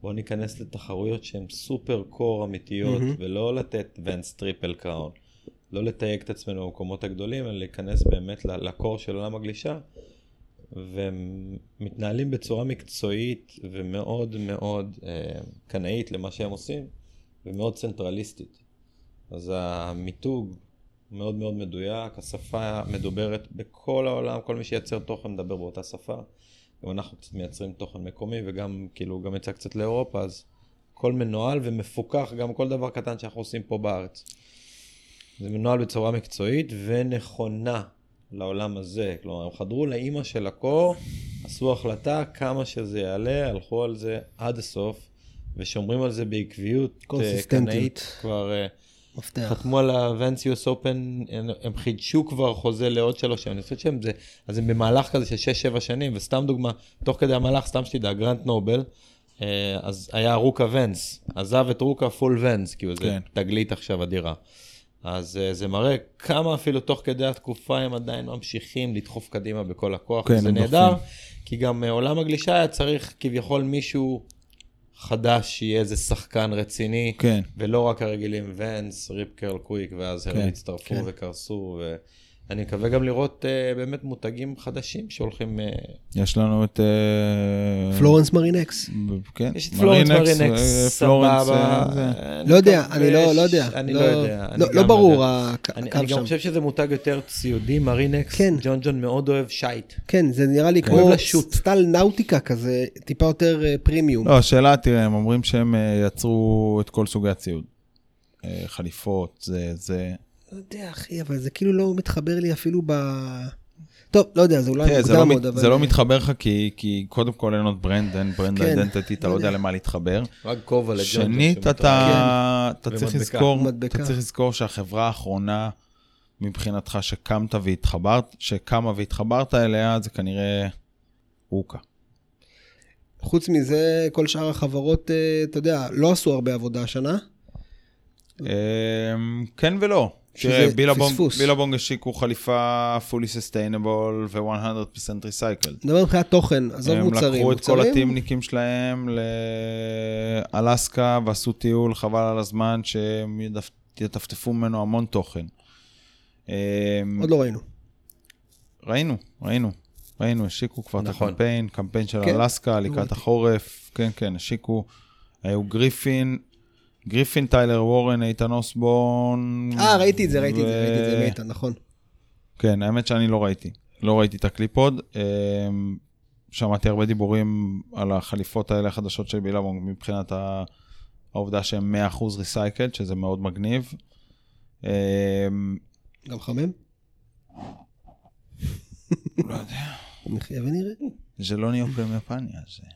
B: בוא ניכנס לתחרויות שהן סופר קור אמיתיות,
A: מהמם.
B: ולא לתת ואנס טריפל קראון. לא לתייג את עצמנו במקומות הגדולים, אלא להיכנס באמת ל- לקור של עולם הגלישה. והם מתנהלים בצורה מקצועית ומאוד מאוד אה, קנאית למה שהם עושים, ומאוד צנטרליסטית. אז המיתוג מאוד מאוד מדויק, השפה מדוברת בכל העולם, כל מי שייצר תוכן מדבר באותה שפה. גם אנחנו קצת מייצרים תוכן מקומי וגם כאילו גם יצא קצת לאירופה אז הכל מנוהל ומפוקח גם כל דבר קטן שאנחנו עושים פה בארץ. זה מנוהל בצורה מקצועית ונכונה לעולם הזה כלומר הם חדרו לאימא של הקור עשו החלטה כמה שזה יעלה הלכו על זה עד הסוף ושומרים על זה בעקביות אה,
A: קונסיסטנטיות.
B: קנאית כבר אה,
A: מפתח.
B: חתמו על הוונסיוס אופן, הם, הם חידשו כבר חוזה לעוד שלוש שנים, אני חושב שהם זה, אז הם במהלך כזה של שש-שבע שנים, וסתם דוגמה, תוך כדי המהלך, סתם שתדע, גרנט נובל, אה, אז היה רוקה ונס, עזב את רוקה פול ונס, כאילו זה
C: כן.
B: תגלית עכשיו אדירה. אז אה, זה מראה כמה אפילו תוך כדי התקופה הם עדיין ממשיכים לדחוף קדימה בכל הכוח,
C: כן,
B: כן, זה
C: הם
B: נהדר,
C: דוחפים.
B: כי גם אה, עולם הגלישה היה צריך כביכול מישהו חדש, שיהיה איזה שחקן רציני,
C: כן.
B: ולא רק הרגילים ונס, ריפ קרל קוויק, ואז הם
C: כן,
B: הצטרפו
A: כן.
B: וקרסו, ואני מקווה גם לראות אה, באמת מותגים חדשים שהולכים... אה,
C: יש לנו את... אה,
A: פלורנס מרינקס.
C: כן.
B: יש את פלורנס
C: אה,
B: מרינקס,
C: פלורנס,
B: סבבה.
C: אה, זה.
B: אה,
A: לא יודע,
B: מקווה
A: אני לא לא יודע.
B: ש- אני לא יודע. אני
A: לא- לא
B: גם
A: ברור
B: יודע.
A: הק-
B: אני
A: הקו
B: אני גם
A: שם.
B: חושב שזה מותג יותר ציודי, מרינקס,
A: כן.
B: ג'ון ג'ון מאוד אוהב שייט.
A: כן, זה נראה לי
B: אוהב
A: כמו
B: לשוט.
A: סטל נאוטיקה כזה, טיפה יותר אה, פרימיום.
C: לא, השאלה, תראה, הם אומרים שהם אה, יצרו את כל סוגי הציוד. אה, חליפות, זה, זה...
A: לא יודע, אחי, אבל זה כאילו לא מתחבר לי אפילו ב... טוב, לא יודע, זה אולי
C: תראה, זה לא
A: מוקדם
C: מת-
A: עוד, אבל... אה,
C: זה לא מתחבר לך כי- כי קודם כל אין עוד ברנד, אין ברנד
A: כן,
C: אידנטיטי, אתה
A: לא
C: לא יודע
A: יודע.
C: למה להתחבר.
B: רק כובע לג'ון ג'ון. כן.
C: שנית,
B: שמותר.
C: אתה אתה צריך
B: ומדבקה.
C: לזכור,
A: כן. מדבקה.
C: אתה צריך לזכור שהחברה האחרונה מבחינתך שקמת והתחברת, שקמה והתחברת אליה, זה כנראה אוקה.
A: חוץ מזה, כל שאר החברות, אה, אתה יודע, לא עשו הרבה עבודה השנה.
C: אמ, כן ולא.
A: שזה
C: תראה, בילבונג-
A: פספוס.
C: בילבונג השיקו חליפה fully sustainable ו-100% recycled.
A: נדבר מבחינת תוכן, עזוב מוצרים.
C: הם לקחו את כל
A: מוצרים,
C: הטימניקים שלהם לאלסקה ועשו טיול, חבל על הזמן, שהם ידפ- יטפטפו ממנו המון תוכן. אמ,
A: עוד לא ראינו.
C: ראינו, ראינו. ראינו, השיקו כבר את
B: נכון.
C: הקמפיין, קמפיין של
A: כן,
C: אלסקה,
A: ראיתי.
C: לקראת החורף, כן, כן, השיקו. היו גריפין, גריפין, טיילר וורן, איתן אוסבורן.
A: אה, ראיתי את זה, ראיתי את
C: ו-
A: זה, ראיתי את זה, מאיתן, נכון.
C: כן, האמת שאני לא ראיתי. לא ראיתי את הקליפ עוד. אמ, שמעתי הרבה דיבורים על החליפות האלה החדשות של בילאבונג מבחינת ה- העובדה שהם 100% ריסייקלד, שזה מאוד מגניב. אמ,
A: גם חמם?
C: לא יודע,
A: נחיה ונראה.
C: זה לא ניוקרם יפני, אז... אה,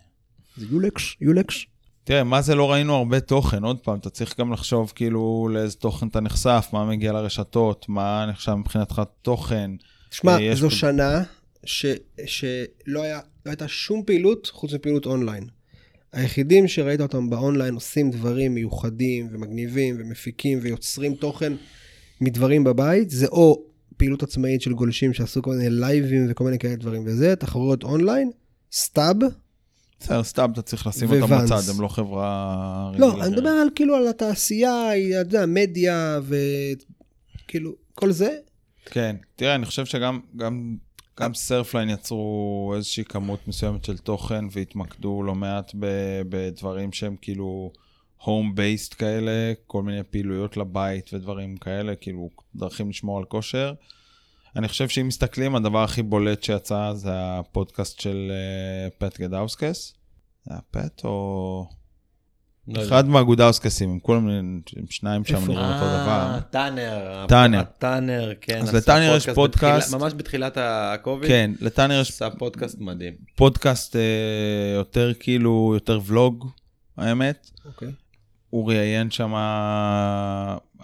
A: זה יולקש, יולקש.
C: תראה, מה זה לא ראינו הרבה תוכן? עוד פעם, אתה צריך גם לחשוב כאילו לאיזה תוכן אתה נחשף, מה מגיע לרשתות, מה נחשב מבחינתך תוכן.
A: תשמע,
C: אה, יש
A: זו
C: פה-
A: שנה ש, שלא היה, לא הייתה שום פעילות חוץ מפעילות אונליין. היחידים שראית אותם באונליין עושים דברים מיוחדים ומגניבים ומפיקים ויוצרים תוכן מדברים בבית, זה או פעילות עצמאית של גולשים שעשו כל מיני לייבים וכל מיני כאלה דברים וזה, תחרויות אונליין, סטאב.
C: בסדר, סתם אתה צריך לשים אותם
A: וואנס.
C: בצד, הם לא חברה רגילה.
A: לא, אני מדבר על כאילו על התעשייה, אתה יודע, מדיה וכאילו כל זה.
C: כן, תראה, אני חושב שגם גם, גם סרפליין יצרו איזושהי כמות מסוימת של תוכן והתמקדו לא מעט ב, בדברים שהם כאילו home based כאלה, כל מיני פעילויות לבית ודברים כאלה, כאילו דרכים לשמור על כושר. אני חושב שאם מסתכלים, הדבר הכי בולט שיצא זה הפודקאסט של אה, פט גדאוסקס. זה היה פט או...
B: לא יודע.
C: אחד מהגודאוסקסים, הם כולם, הם שניים שם
A: איפה?
C: נראים אותו דבר.
B: אה, טאנר. אה,
C: טאנר.
B: טאנר, כן.
C: אז
B: עשה
C: לטאנר יש
B: בתחילה-
C: פודקאסט.
B: ממש בתחילת הקוביד.
C: כן, לטאנר יש
B: עשה פודקאסט מדהים.
C: פודקאסט אה, יותר כאילו, יותר ולוג, האמת.
A: אוקיי.
C: הוא ראיין שם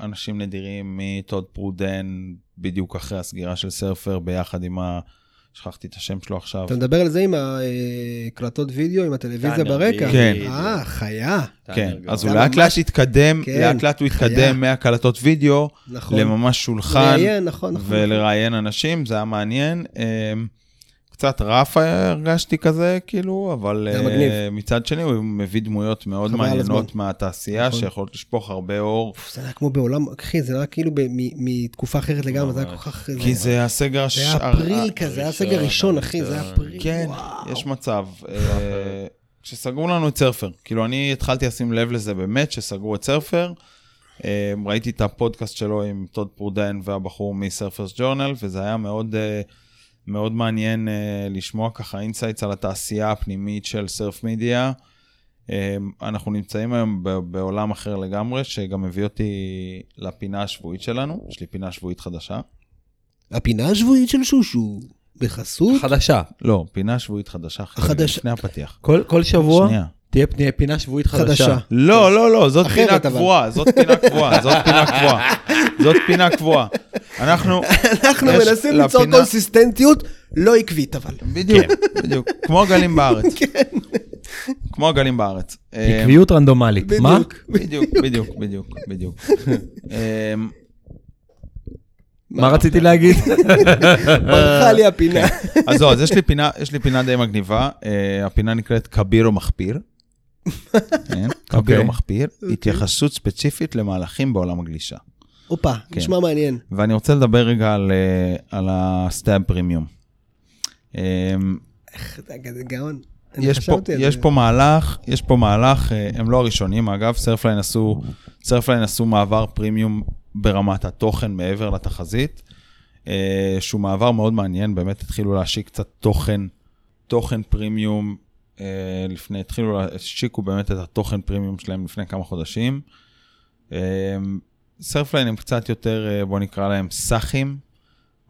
C: אנשים נדירים מטוד פרודן, בדיוק אחרי הסגירה של סרפר, ביחד עם שכחתי את השם שלו עכשיו.
A: אתה מדבר על זה עם הקלטות וידאו, עם הטלוויזיה
B: טאנר,
A: ברקע?
C: כן.
A: אה, חיה.
C: כן,
B: טאנר
C: אז
B: גם.
C: הוא
A: אתה
C: לאט לאט
A: ממש-
C: התקדם,
A: כן,
C: לאט לאט הוא
A: חיה.
C: התקדם מהקלטות וידאו
A: נכון.
C: לממש שולחן,
A: ראיין, נכון, נכון.
C: ולראיין אנשים, זה היה מעניין. אמ, קצת רף היה- הרגשתי כזה, כאילו, אבל
A: זה היה
C: אה,
A: מגניב.
C: מצד שני הוא מביא דמויות מאוד
A: חבל על
C: מעניינות
A: הזמן.
C: מהתעשייה,
A: נכון. כן.
C: שיכולות לשפוך הרבה אור.
A: זה היה כמו בעולם, אחי, זה היה כאילו ב- מ- מתקופה אחרת לגמרי, זה היה כל כך...
C: כי זה הסגר
A: זה
C: הש-
A: היה
C: הר-
A: אפריל כזה, זה היה סגר
B: הראשון,
A: ראשון, אחי, זה היה אפריל.
C: כן,
A: וואו.
C: יש מצב. אה, כשסגרו לנו את סרפר, כאילו אני התחלתי לשים לב לזה באמת, כשסגרו את סרפר. אה, ראיתי את הפודקאסט שלו עם טוד פרודן והבחור מסרפרס ג'ורנל, וזה היה מאוד, אה, מאוד מעניין אה, לשמוע ככה אינסייטס על התעשייה הפנימית של סרף מידיה. אה, אנחנו נמצאים היום ב- בעולם אחר לגמרי, שגם הביא אותי לפינה השבועית שלנו, יש לי פינה שבועית חדשה.
A: הפינה השבועית של שושו, בחסות,
B: חדשה.
C: לא, פינה שבועית חדשה, אחרי-
A: החדש-
C: לפני הפתיח.
B: כל כל שבוע
C: שנייה.
B: תהיה פני- פינה שבועית חדשה.
A: חדשה.
C: לא, לא, לא, זאת
A: אחרת,
C: פינה
A: אבל.
C: קבועה, זאת פינה קבועה, זאת פינה קבועה. זאת פינה קבועה. אנחנו...
A: אנחנו
C: יש
A: מנסים ליצור
C: לפינה-
A: קונסיסטנטיות לא עקבית, אבל.
C: בדיוק, כן, בדיוק. כמו הגלים בארץ. כמו הגלים בארץ. אה,
B: עקביות רנדומלית. מה?
A: בדיוק.
C: בדיוק, בדיוק, בדיוק, בדיוק. אה,
B: מה רציתי להגיד?
A: ברחה
C: אה,
A: לי הפינה.
C: אז זהו, אז יש לי פינה, יש לי פינה די מגניבה. אה, הפינה נקראת כביר או מחפיר. כן, כביר או
B: אוקיי.
C: מחפיר, התייחסות ספציפית למהלכים בעולם הגלישה.
A: הופה,
C: כן.
A: נשמע מעניין.
C: ואני רוצה לדבר רגע על, אה, על הסטאב פרימיום. אה,
A: איך אתה כזה גאון. אני
C: יש פה,
A: חשבתי על
C: יש
A: זה.
C: פה מהלך, יש פה מהלך, אה, הם לא הראשונים אגב, סרפליין עשו, סרפליין עשו מעבר פרימיום ברמת התוכן מעבר לתחזית, אה, שהוא מעבר מאוד מעניין, באמת התחילו להשיק קצת תוכן, תוכן פרימיום, אה, לפני, התחילו, לה- השיקו באמת את התוכן פרימיום שלהם לפני כמה חודשים. אה, סרפליין הם קצת יותר, אה, בוא נקרא להם סאחים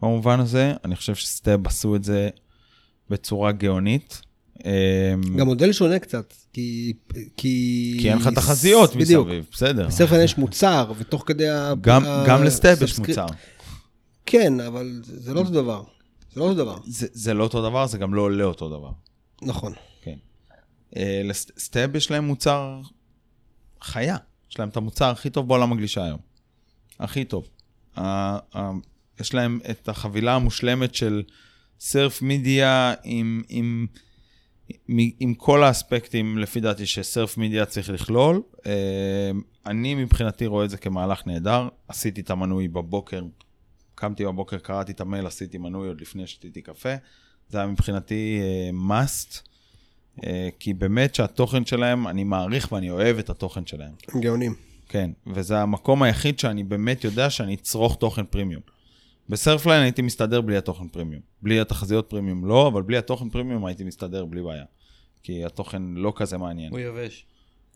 C: במובן הזה, אני חושב שסטאב עשו את זה בצורה גאונית. אה,
A: גם מודל שונה קצת, כי... כי
C: כי אין לך תחזיות
A: בדיוק.
C: מסביב, בסדר. אה,
A: בסרפן יש מוצר, ותוך כדי ה...
C: גם,
A: ה-
C: גם לסטאפ יש
A: subscri-
C: מוצר.
A: כן, אבל זה לא אותו דבר. זה לא אותו דבר.
C: זה, זה לא אותו דבר, זה גם לא עולה אותו דבר.
A: נכון.
C: כן. אה, לסטאב יש להם מוצר חיה. יש להם את המוצר הכי טוב בעולם הגלישה היום. הכי טוב. ה- ה- יש להם את החבילה המושלמת של סרף מידיה עם, עם, עם, עם כל האספקטים, לפי דעתי, שסרף מידיה צריך לכלול. אה, אני מבחינתי רואה את זה כמהלך נהדר. עשיתי את המנוי בבוקר, קמתי בבוקר, קראתי את המייל, עשיתי מנוי עוד לפני שתיתי קפה. זה היה מבחינתי אה, must. אה, כי באמת שהתוכן שלהם, אני מעריך ואני אוהב את התוכן שלהם.
A: הם גאונים.
C: כן, וזה המקום היחיד שאני באמת יודע שאני אצרוך תוכן פרימיום. בסרפליין הייתי מסתדר בלי התוכן פרימיום. בלי התחזיות פרימיום לא, אבל בלי התוכן פרימיום הייתי מסתדר בלי בעיה. כי התוכן לא כזה מעניין.
B: הוא יבש.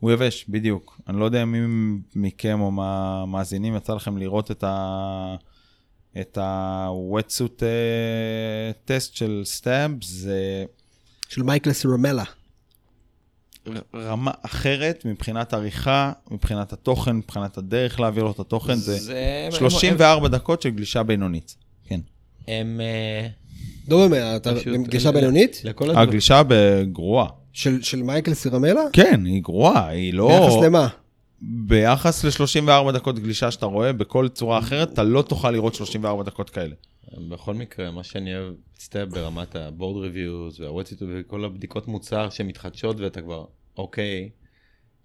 C: הוא יבש, בדיוק. אני לא יודע מי מכם או מה- מאזינים יצא לכם לראות את ה... את ה-wetsuit אה, טסט של סטאמפ, זה
A: של מייקל סרומלה.
C: ר- רמה אחרת מבחינת עריכה, מבחינת התוכן, מבחינת הדרך להעביר לו את התוכן, זה 34 דקות של גלישה בינונית. כן.
B: הם... אה,
A: דומה, אתה
B: פשוט- אה,
A: בפגישה
B: הם-
A: בינונית?
B: לכל הדברים.
C: הגלישה בגרועה.
A: של של מייקל סרומלה?
C: כן, היא גרועה, היא לא...
A: ביחס למה?
C: ביחס ל-34 דקות גלישה שאתה רואה, בכל צורה אחרת, אתה לא תוכל לראות 34 דקות כאלה.
B: בכל מקרה, מה שאני אוהב, סטאפ ברמת ה-board reviews וה-website וכל הבדיקות מוצר שמתחדשות ואתה כבר, אוקיי,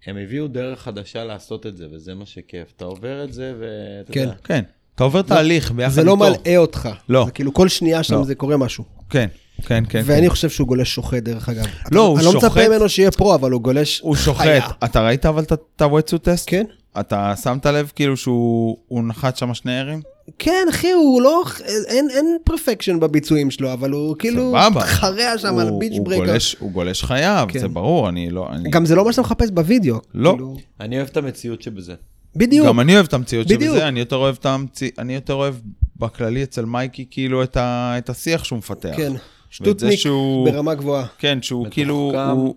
B: הם הביאו דרך חדשה לעשות את זה, וזה מה שכיף. אתה עובר את זה ואתה
A: כן.
B: יודע.
C: כן. אתה עובר תהליך ביחד איתו.
A: זה לא מלאה אותך.
C: לא.
A: זה כאילו כל שנייה שם
C: לא.
A: זה קורה משהו.
C: כן, כן, כן.
A: ואני חושב שהוא גולש שוחט דרך אגב. אתה-
C: הוא
A: אני לא
C: שוחט.
A: מצפה ממנו שיהיה פרו, אבל הוא גולש...
C: הוא
A: חיה.
C: שוחט. אתה ראית אבל את- את הוואטסו טסט?
A: כן.
C: אתה שמת לב כאילו שהוא הוא נחת שם שני ערים?
A: כן, אחי, הוא לא... אין, אין פרפקשן בביצועים שלו, אבל הוא כאילו...
C: סבבה.
A: חרע שם על
C: הוא-
A: ביץ'
C: הוא
A: ברקר.
C: גולש- הוא גולש חייו,
A: כן.
C: זה ברור, אני לא... אני-
A: גם זה לא מה שאתה מחפש בווידאו.
C: לא.
A: כאילו,
B: אני אוהב את המציאות שבזה.
A: בדיוק.
C: גם אני אוהב את המציאות
A: בדיוק.
C: שבזה, אני יותר אוהב את המציא... אני יותר אוהב בכללי אצל מייקי כאילו את ה- את השיח שהוא מפתח.
A: כן.
C: לא. ואת זה
A: שטוטניק
C: שהוא-
A: ברמה גבוהה.
C: כן, שהוא כאילו...
B: מתוחכם.
C: הוא-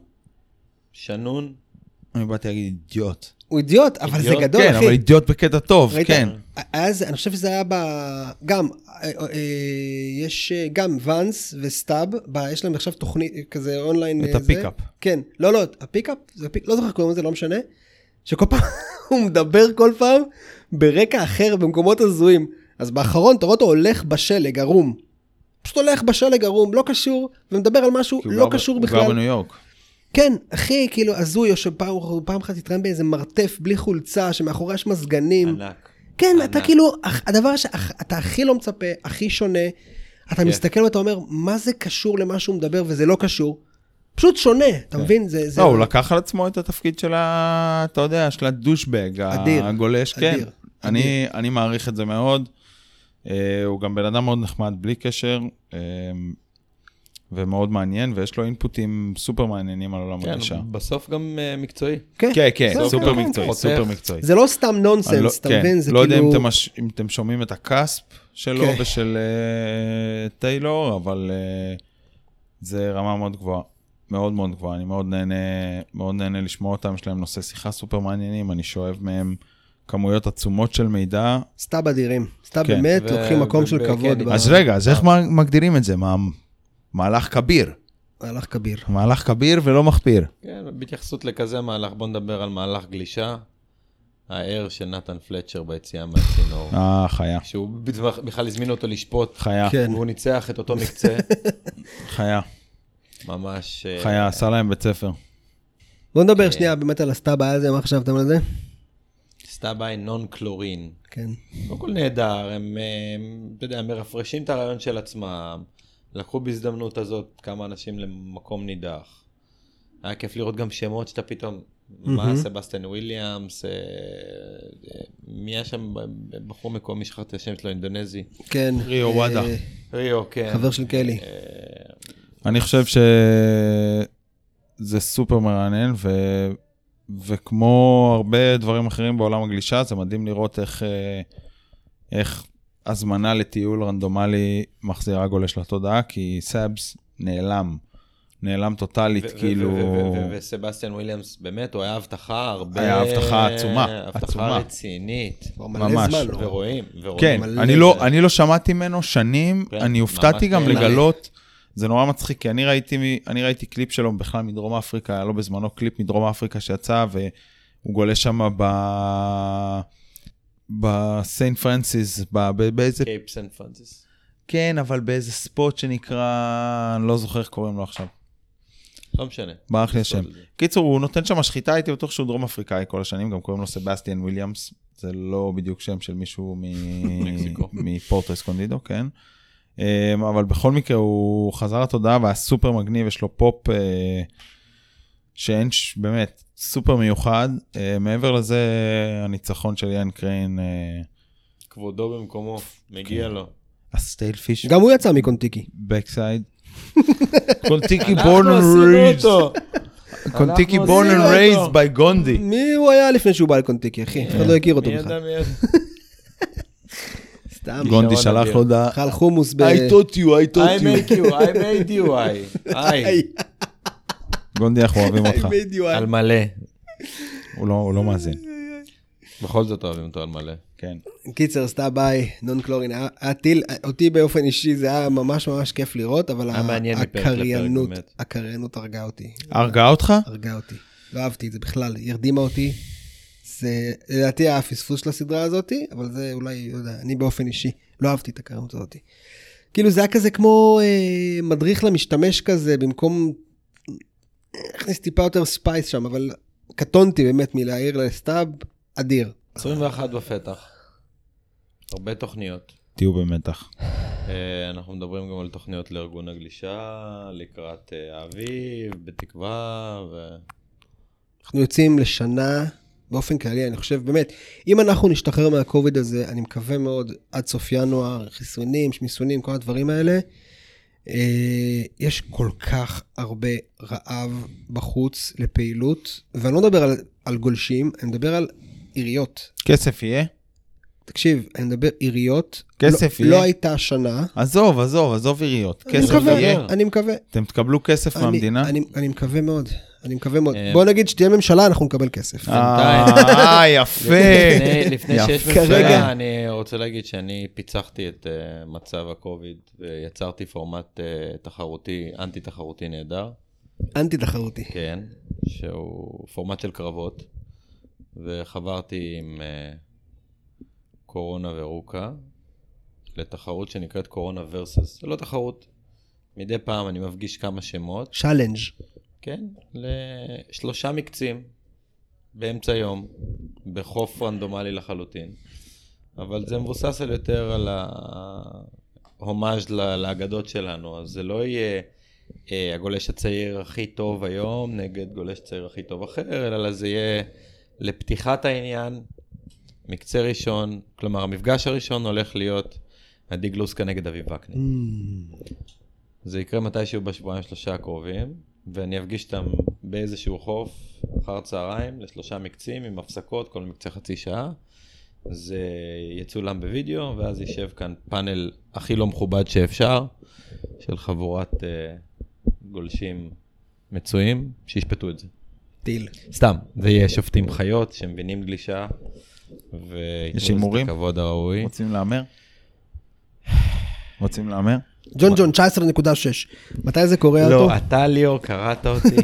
B: שנון,
C: אני באתי להגיד אידיוט.
A: הוא אידיוט, אבל זה
B: אידיוט,
A: גדול,
C: כן, אבל
A: אחי.
C: אידיוט בקטע טוב,
A: ראית?
C: כן.
A: אז אני חושב שזה היה ב... גם, אה, אה, אה, יש אה, גם ואנס וסטאב, ב- יש להם עכשיו תוכנית אה, כזה אונליין.
C: את
A: אה, זה.
C: הפיקאפ.
A: כן, לא, לא, הפיקאפ, זה פיק, לא זוכר איך קוראים לזה, לא משנה. שכל פעם, הוא מדבר כל פעם ברקע אחר, במקומות הזויים. אז באחרון, אתה רואה אותו הולך בשלג, ערום. פשוט הולך בשלג ערום, לא קשור, ומדבר על משהו
C: כי הוא
A: לא
C: גר ב-
A: קשור
C: הוא גר
A: בכלל.
C: בניו יורק.
A: כן, אחי, כאילו, הזוי, יושב פעם, פעם אחת התראיין באיזה מרתף בלי חולצה, שמאחוריה יש מזגנים.
F: ענק.
A: כן,
F: ענק.
A: אתה כאילו, הח- הדבר שאתה הכי לא מצפה, הכי שונה,
C: כן.
A: אתה מסתכל ואתה אומר, מה זה קשור למה שהוא מדבר וזה לא קשור? פשוט שונה, אתה מבין? זה... זה-
C: לא, הוא לקח על עצמו את התפקיד של ה... אתה יודע, של הדושבג,
A: אדיר,
C: הגולש, כן.
A: אדיר,
C: אני, אני מעריך את זה מאוד. אה, הוא גם בן אדם מאוד נחמד בלי קשר, אה, ומאוד מעניין, ויש לו אינפוטים סופר מעניינים על עולם
B: כן,
C: הגישה.
B: בסוף גם אה, מקצועי.
C: כן, כן,
A: בסדר,
C: סופר
A: כן,
C: מקצועי,
B: כן.
C: סופר מקצועי.
A: זה לא סתם
C: אני לא-
A: נונסנס, אתה
C: כן,
A: מבין? זה
C: לא יודע אם
A: כאילו...
C: אתם מש- אם אתם שומעים את הקאספ שלו
A: כן.
C: ושל אה, טיילור, אבל אה, זה רמה מאוד גבוהה. מאוד מאוד גבוהה, אני מאוד נהנה, מאוד נהנה לשמוע אותם, יש להם נושא שיחה סופר מעניינים, אני שואב מהם כמויות עצומות של מידע.
A: סתיו אדירים. סתיו
C: כן.
A: באמת
B: ו-
A: לוקחים מקום
B: ו-
A: של
B: ו-
A: כבוד.
B: כן,
A: ב-
C: אז רגע, אז איך
A: אה.
C: מה- מגדירים את זה? מה- מהלך כביר.
A: מהלך כביר.
C: מהלך כביר ולא מחפיר.
B: כן, בהתייחסות לכזה מהלך, בוא נדבר על מהלך גלישה. הער של נתן פלצ'ר ביציאה מהצינור.
C: אה, חיה.
B: שהוא בזמ- בכלל הזמין אותו לשפוט.
C: חיה,
A: כן.
B: והוא ניצח את אותו מקצה.
C: חיה,
B: ממש... אה,
C: חיה, עשה להם בית ספר.
A: בוא
C: כן.
A: נדבר שנייה באמת על הסתיו הזה, מה חשבתם על זה?
B: סטאביי נון קלורין.
A: כן.
B: קודם כל נהדר, הם, הם, אתה יודע, מרפרשים את הרעיון של עצמם, לקחו בהזדמנות הזאת כמה אנשים למקום נידח. היה כיף לראות גם שמות שאתה פתאום, מה,
A: מהמם.
B: סבסטן וויליאמס, אה, אה, מי היה שם, ב- בחור מקומי, שכחתי את השם שלו, אינדונזי.
A: כן.
C: ריו וואדה.
A: אה,
B: ריו, כן.
A: חבר של קלי.
B: אה,
C: אני חושב שזה סופר מרענן, ו... וכמו הרבה דברים אחרים בעולם הגלישה, זה מדהים לראות איך, אה, איך הזמנה לטיול רנדומלי מחזירה גולש לתודעה, כי סאבס נעלם, נעלם טוטאלית,
B: ו- ו-
C: כאילו...
B: ו- ו- ו- ו- וסבסטיאן וויליאמס, באמת, הוא היה הבטחה הרבה...
C: היה הבטחה עצומה, עצומה.
B: הבטחה רצינית.
A: כבר מלא
C: ממש.
A: זמן. לא?
B: ורואים, ורואים.
C: כן,
A: מלא
C: אני
A: זה.
C: לא, אני לא שמעתי ממנו שנים,
B: כן,
C: אני הופתעתי
B: ממש
C: גם
B: נעלם.
C: לגלות, זה נורא מצחיק, כי אני ראיתי, מ- אני ראיתי קליפ שלו בכלל מדרום אפריקה, היה לו בזמנו קליפ מדרום אפריקה שיצא, והוא גולש שם ב... בסיינט פרנסיס, ב- ב- באיזה...
B: קייפ סן פרנסיס.
C: כן, אבל באיזה ספוט שנקרא, אני לא זוכר איך קוראים לו עכשיו,
B: לא משנה.
C: ברח לי השם. קיצור, הוא נותן שם שחיטה, הייתי בטוח שהוא דרום אפריקאי כל השנים, גם קוראים לו סבסטיאן וויליאמס, זה לא בדיוק שם של מישהו מ...
B: מקסיקו.
C: מפורטו אסקונדידו, כן. אמ, אבל בכל מקרה, הוא חזר לתודעה והיה סופר מגניב, יש לו פופ אה, שאין, ש- באמת, סופר מיוחד. אה, מעבר לזה, הניצחון של יאן קריין, אה,
B: כבודו במקומו, מגיע
A: כן.
B: לו.
C: הסטיילפיש,
A: גם הוא יצא מקונטיקי.
C: בקסייד. קונטיקי בורן רייז, קונטיקי
B: אנחנו
C: בורן
B: עשינו
C: רייז
B: אותו.
C: by גונדי.
A: מי הוא היה לפני שהוא בא לקונטיקי, אחי?
C: כן.
A: אף אחד לא הכיר אותו בכלל.
B: מי ידע?
A: סתם.
C: גונדי
B: שרון
C: שלח
B: אדיר.
C: לו הודעה,
A: אכל חומוס ב...
C: I taught you, I
B: I
C: taught you.
B: made you, I made you, I.
A: כן,
B: I.
C: גונדי, אנחנו אוהבים אותך.
B: על מלא.
C: הוא לא- הוא לא מאזין.
B: בכל זאת אוהבים אותו על מלא.
C: כן.
A: קיצר, סתה ביי, נון קלורין. היה- היה טיל, אותי באופן אישי זה היה ממש ממש כיף לראות, אבל
B: היה
A: ה-
B: מעניין מפרק לפרק,
A: הקריינות,
B: באמת.
A: הקריינות הרגה אותי.
C: הרגה אותך?
A: הרגה אותי. לא אהבתי את זה בכלל, היא הרדימה אותי. זה לדעתי היה הפספוס של הסדרה הזאתי, אבל זה אולי, לא יודע, אני באופן אישי לא אהבתי את הקריינות הזאתי. כאילו זה היה כזה כמו אה, מדריך למשתמש כזה, במקום... הכניס טיפה יותר ספייס שם, אבל קטונתי באמת מלהעיר לסתיו, אדיר.
B: 21 בפתח. הרבה תוכניות.
C: תהיו במתח.
B: אה, אנחנו מדברים גם על תוכניות לארגון הגלישה, לקראת אה, האביב, בתקווה, ו...
A: אנחנו יוצאים לשנה, באופן כללי, אני חושב, באמת, אם אנחנו נשתחרר מהקוביד הזה, אני מקווה מאוד, עד סוף ינואר, חיסונים, שמיסונים, כל הדברים האלה, אה, יש כל כך הרבה רעב בחוץ לפעילות, ואני לא מדבר על, על גולשים, אני מדבר על עיריות.
C: כסף יהיה?
A: תקשיב, אני מדבר עיריות.
C: כסף
A: לא,
C: יהיה?
A: לא הייתה שנה.
C: עזוב, עזוב, עזוב עיריות.
A: אני
C: כסף
A: מקווה,
C: יהיה?
A: אני מקווה.
C: אתם תקבלו כסף
A: אני-
C: מהמדינה?
A: אני, אני מקווה מאוד. אני מקווה מאוד.
B: אה,
A: בוא נגיד שתהיה ממשלה, אנחנו נקבל כסף.
C: אה, יפה.
B: לפני- לפני שיש
A: יפה. כרגע.
B: ממשלה, אני רוצה להגיד שאני פיצחתי את אה, מצב הקוביד ויצרתי פורמט אה, תחרותי, אנטי-תחרותי נהדר,
A: אנטי תחרותי.
B: כן, שהוא פורמט של קרבות, וחברתי עם אה, קורונה ורוקה לתחרות שנקראת קורונה ורסס. זה לא תחרות. מדי פעם אני מפגיש כמה שמות,
A: צ'אלנג'.
B: כן, לשלושה מקצים באמצע יום, בחוף רנדומלי לחלוטין. אבל זה מבוסס על יותר על ההומאז' ל- לאגדות שלנו, אז זה לא יהיה אה, הגולש הצעיר הכי טוב היום נגד גולש צעיר הכי טוב אחר, אלא זה יהיה לפתיחת העניין, מקצה ראשון, כלומר המפגש הראשון הולך להיות עדי גלוסקה נגד אביב וקנין.
A: Mm.
B: זה יקרה מתישהו בשבועיים שלושה הקרובים, ואני אפגיש אותם באיזשהו חוף, אחר הצהריים, לשלושה מקצים עם הפסקות, כל מקצה חצי שעה. זה יצולם בווידאו, ואז יישב כאן פאנל הכי לא מכובד שאפשר, של חבורת uh, גולשים מצויים, שישפטו את זה.
A: טיל.
B: סתם, זה יהיה שופטים חיות שמבינים גלישה, וייתנו לזה
C: הימורים?
B: את הכבוד הראוי.
C: רוצים להמר? רוצים להמר?
A: ג'ון ג'ון, 19.6. מתי זה קורה אותו?
B: לא, אתה ליאור, קראת אותי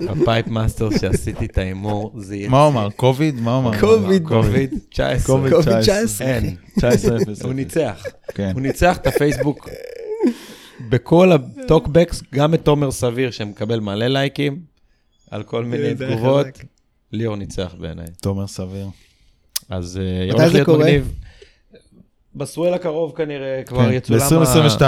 B: בפייפ מאסטר שעשיתי את ההימור, זה יהיה...
C: מה הוא אמר? קוביד? מה הוא אמר?
A: קוביד.
B: קוביד 19.
C: קוביד
A: קוביד 19.
C: 19. אין, 19 אפס.
B: הוא ניצח.
C: כן.
B: הוא ניצח את הפייסבוק בכל הטוקבקס, גם את תומר סביר שמקבל מלא לייקים, על כל מיני
A: זה
B: תגובות.
A: חזק.
B: ליאור ניצח בעיניי.
C: תומר סביר.
B: אז אה, הולך
A: זה
B: להיות
A: קורה?
B: מגניב. בסואל הקרוב כנראה כבר
C: כן,
B: יצולם... ה-
C: ב-2022.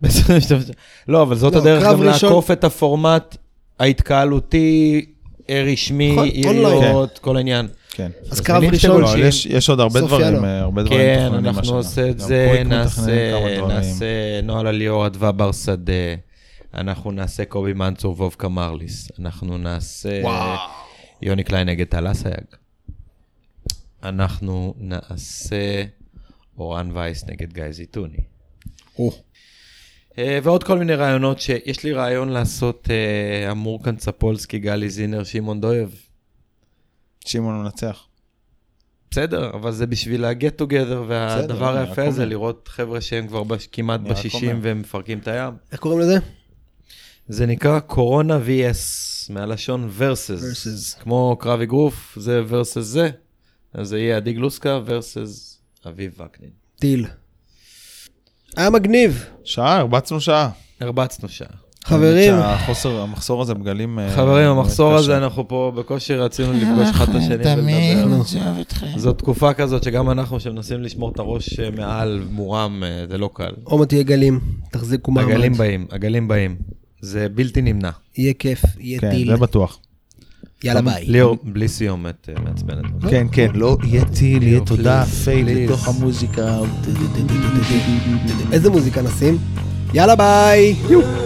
B: ב-2022. לא, אבל זאת
A: לא,
B: הדרך
A: קרב
B: גם
A: ראשון-
B: לעקוף את הפורמט ההתקהלותי, אה, רשמי,
A: נכון, אונליין.
B: עיריות, כל העניין.
C: כן.
A: אז
B: אז
A: קרב
B: מי
A: ראשון.
B: שגולשים?
C: אבל לא, יש- יש עוד הרבה
A: סוף
C: דברים,
A: ינואר.
C: אה, הרבה דברים
B: כן,
C: מתוכננים
B: אנחנו
C: השנה.
B: נעשה את
C: גם
B: זה,
C: פרויקט מתכננים כמה
B: נעשה,
C: דברים.
B: נעשה נוהל אליאור, אדווה בר שדה, אנחנו נעשה קובי מנצור וובקה מרליס, אנחנו נעשה יוני קליין נגד טל אסייג, אנחנו נעשה אורן וייס נגד גיא זיתוני.
A: או.
B: אה, ועוד כל מיני רעיונות שיש לי רעיון לעשות אה, אמורקן צפולסקי, גלי זינר, שמעון דויב.
C: שמעון מנצח.
B: בסדר, אבל זה בשביל ה-get together,
C: בסדר,
B: והדבר
C: אני
B: היפה
C: רק
B: זה
C: אומר.
B: לראות חבר'ה שהם כבר בש- כמעט
C: אני רק
B: בשישים
C: אומר.
B: והם מפרקים את הים.
A: איך קוראים לזה?
B: זה נקרא קורונה vs, מהלשון versus.
A: Versus.
B: כמו קרב אגרוף, זה versus זה, אז זה יהיה עדי גלוסקה versus אביב וקנין.
A: טיל. היה מגניב,
C: שעה, הרבצנו שעה.
B: הרבצנו שעה.
A: חברים.
C: האמת שהחוסר, המחסור הזה בגלים... אה,
B: חברים,
C: באמת
B: המחסור
C: קשה.
B: הזה, אנחנו פה בקושי רצינו לפגוש אחד את השני ולדבר.
D: נשאב אתכם.
B: זו תקופה כזאת שגם אנחנו שמנסים לשמור את הראש אה, מעל מורם, אה, זה לא קל.
A: עומר תהיה גלים, תחזיקו מעמד.
B: הגלים באים, הגלים באים. זה בלתי נמנע.
A: יהיה כיף, יהיה טיל.
C: כן, זה בטוח.
A: יאללה ביי.
B: ליאור, בלי סיומת אה, מעצבנת.
D: כן, כן, לא יהיה טיל, יהיה תודה,
B: please,
D: פייל
B: please.
D: לתוך המוזיקה.
A: איזה מוזיקה נשים? יאללה ביי! יו.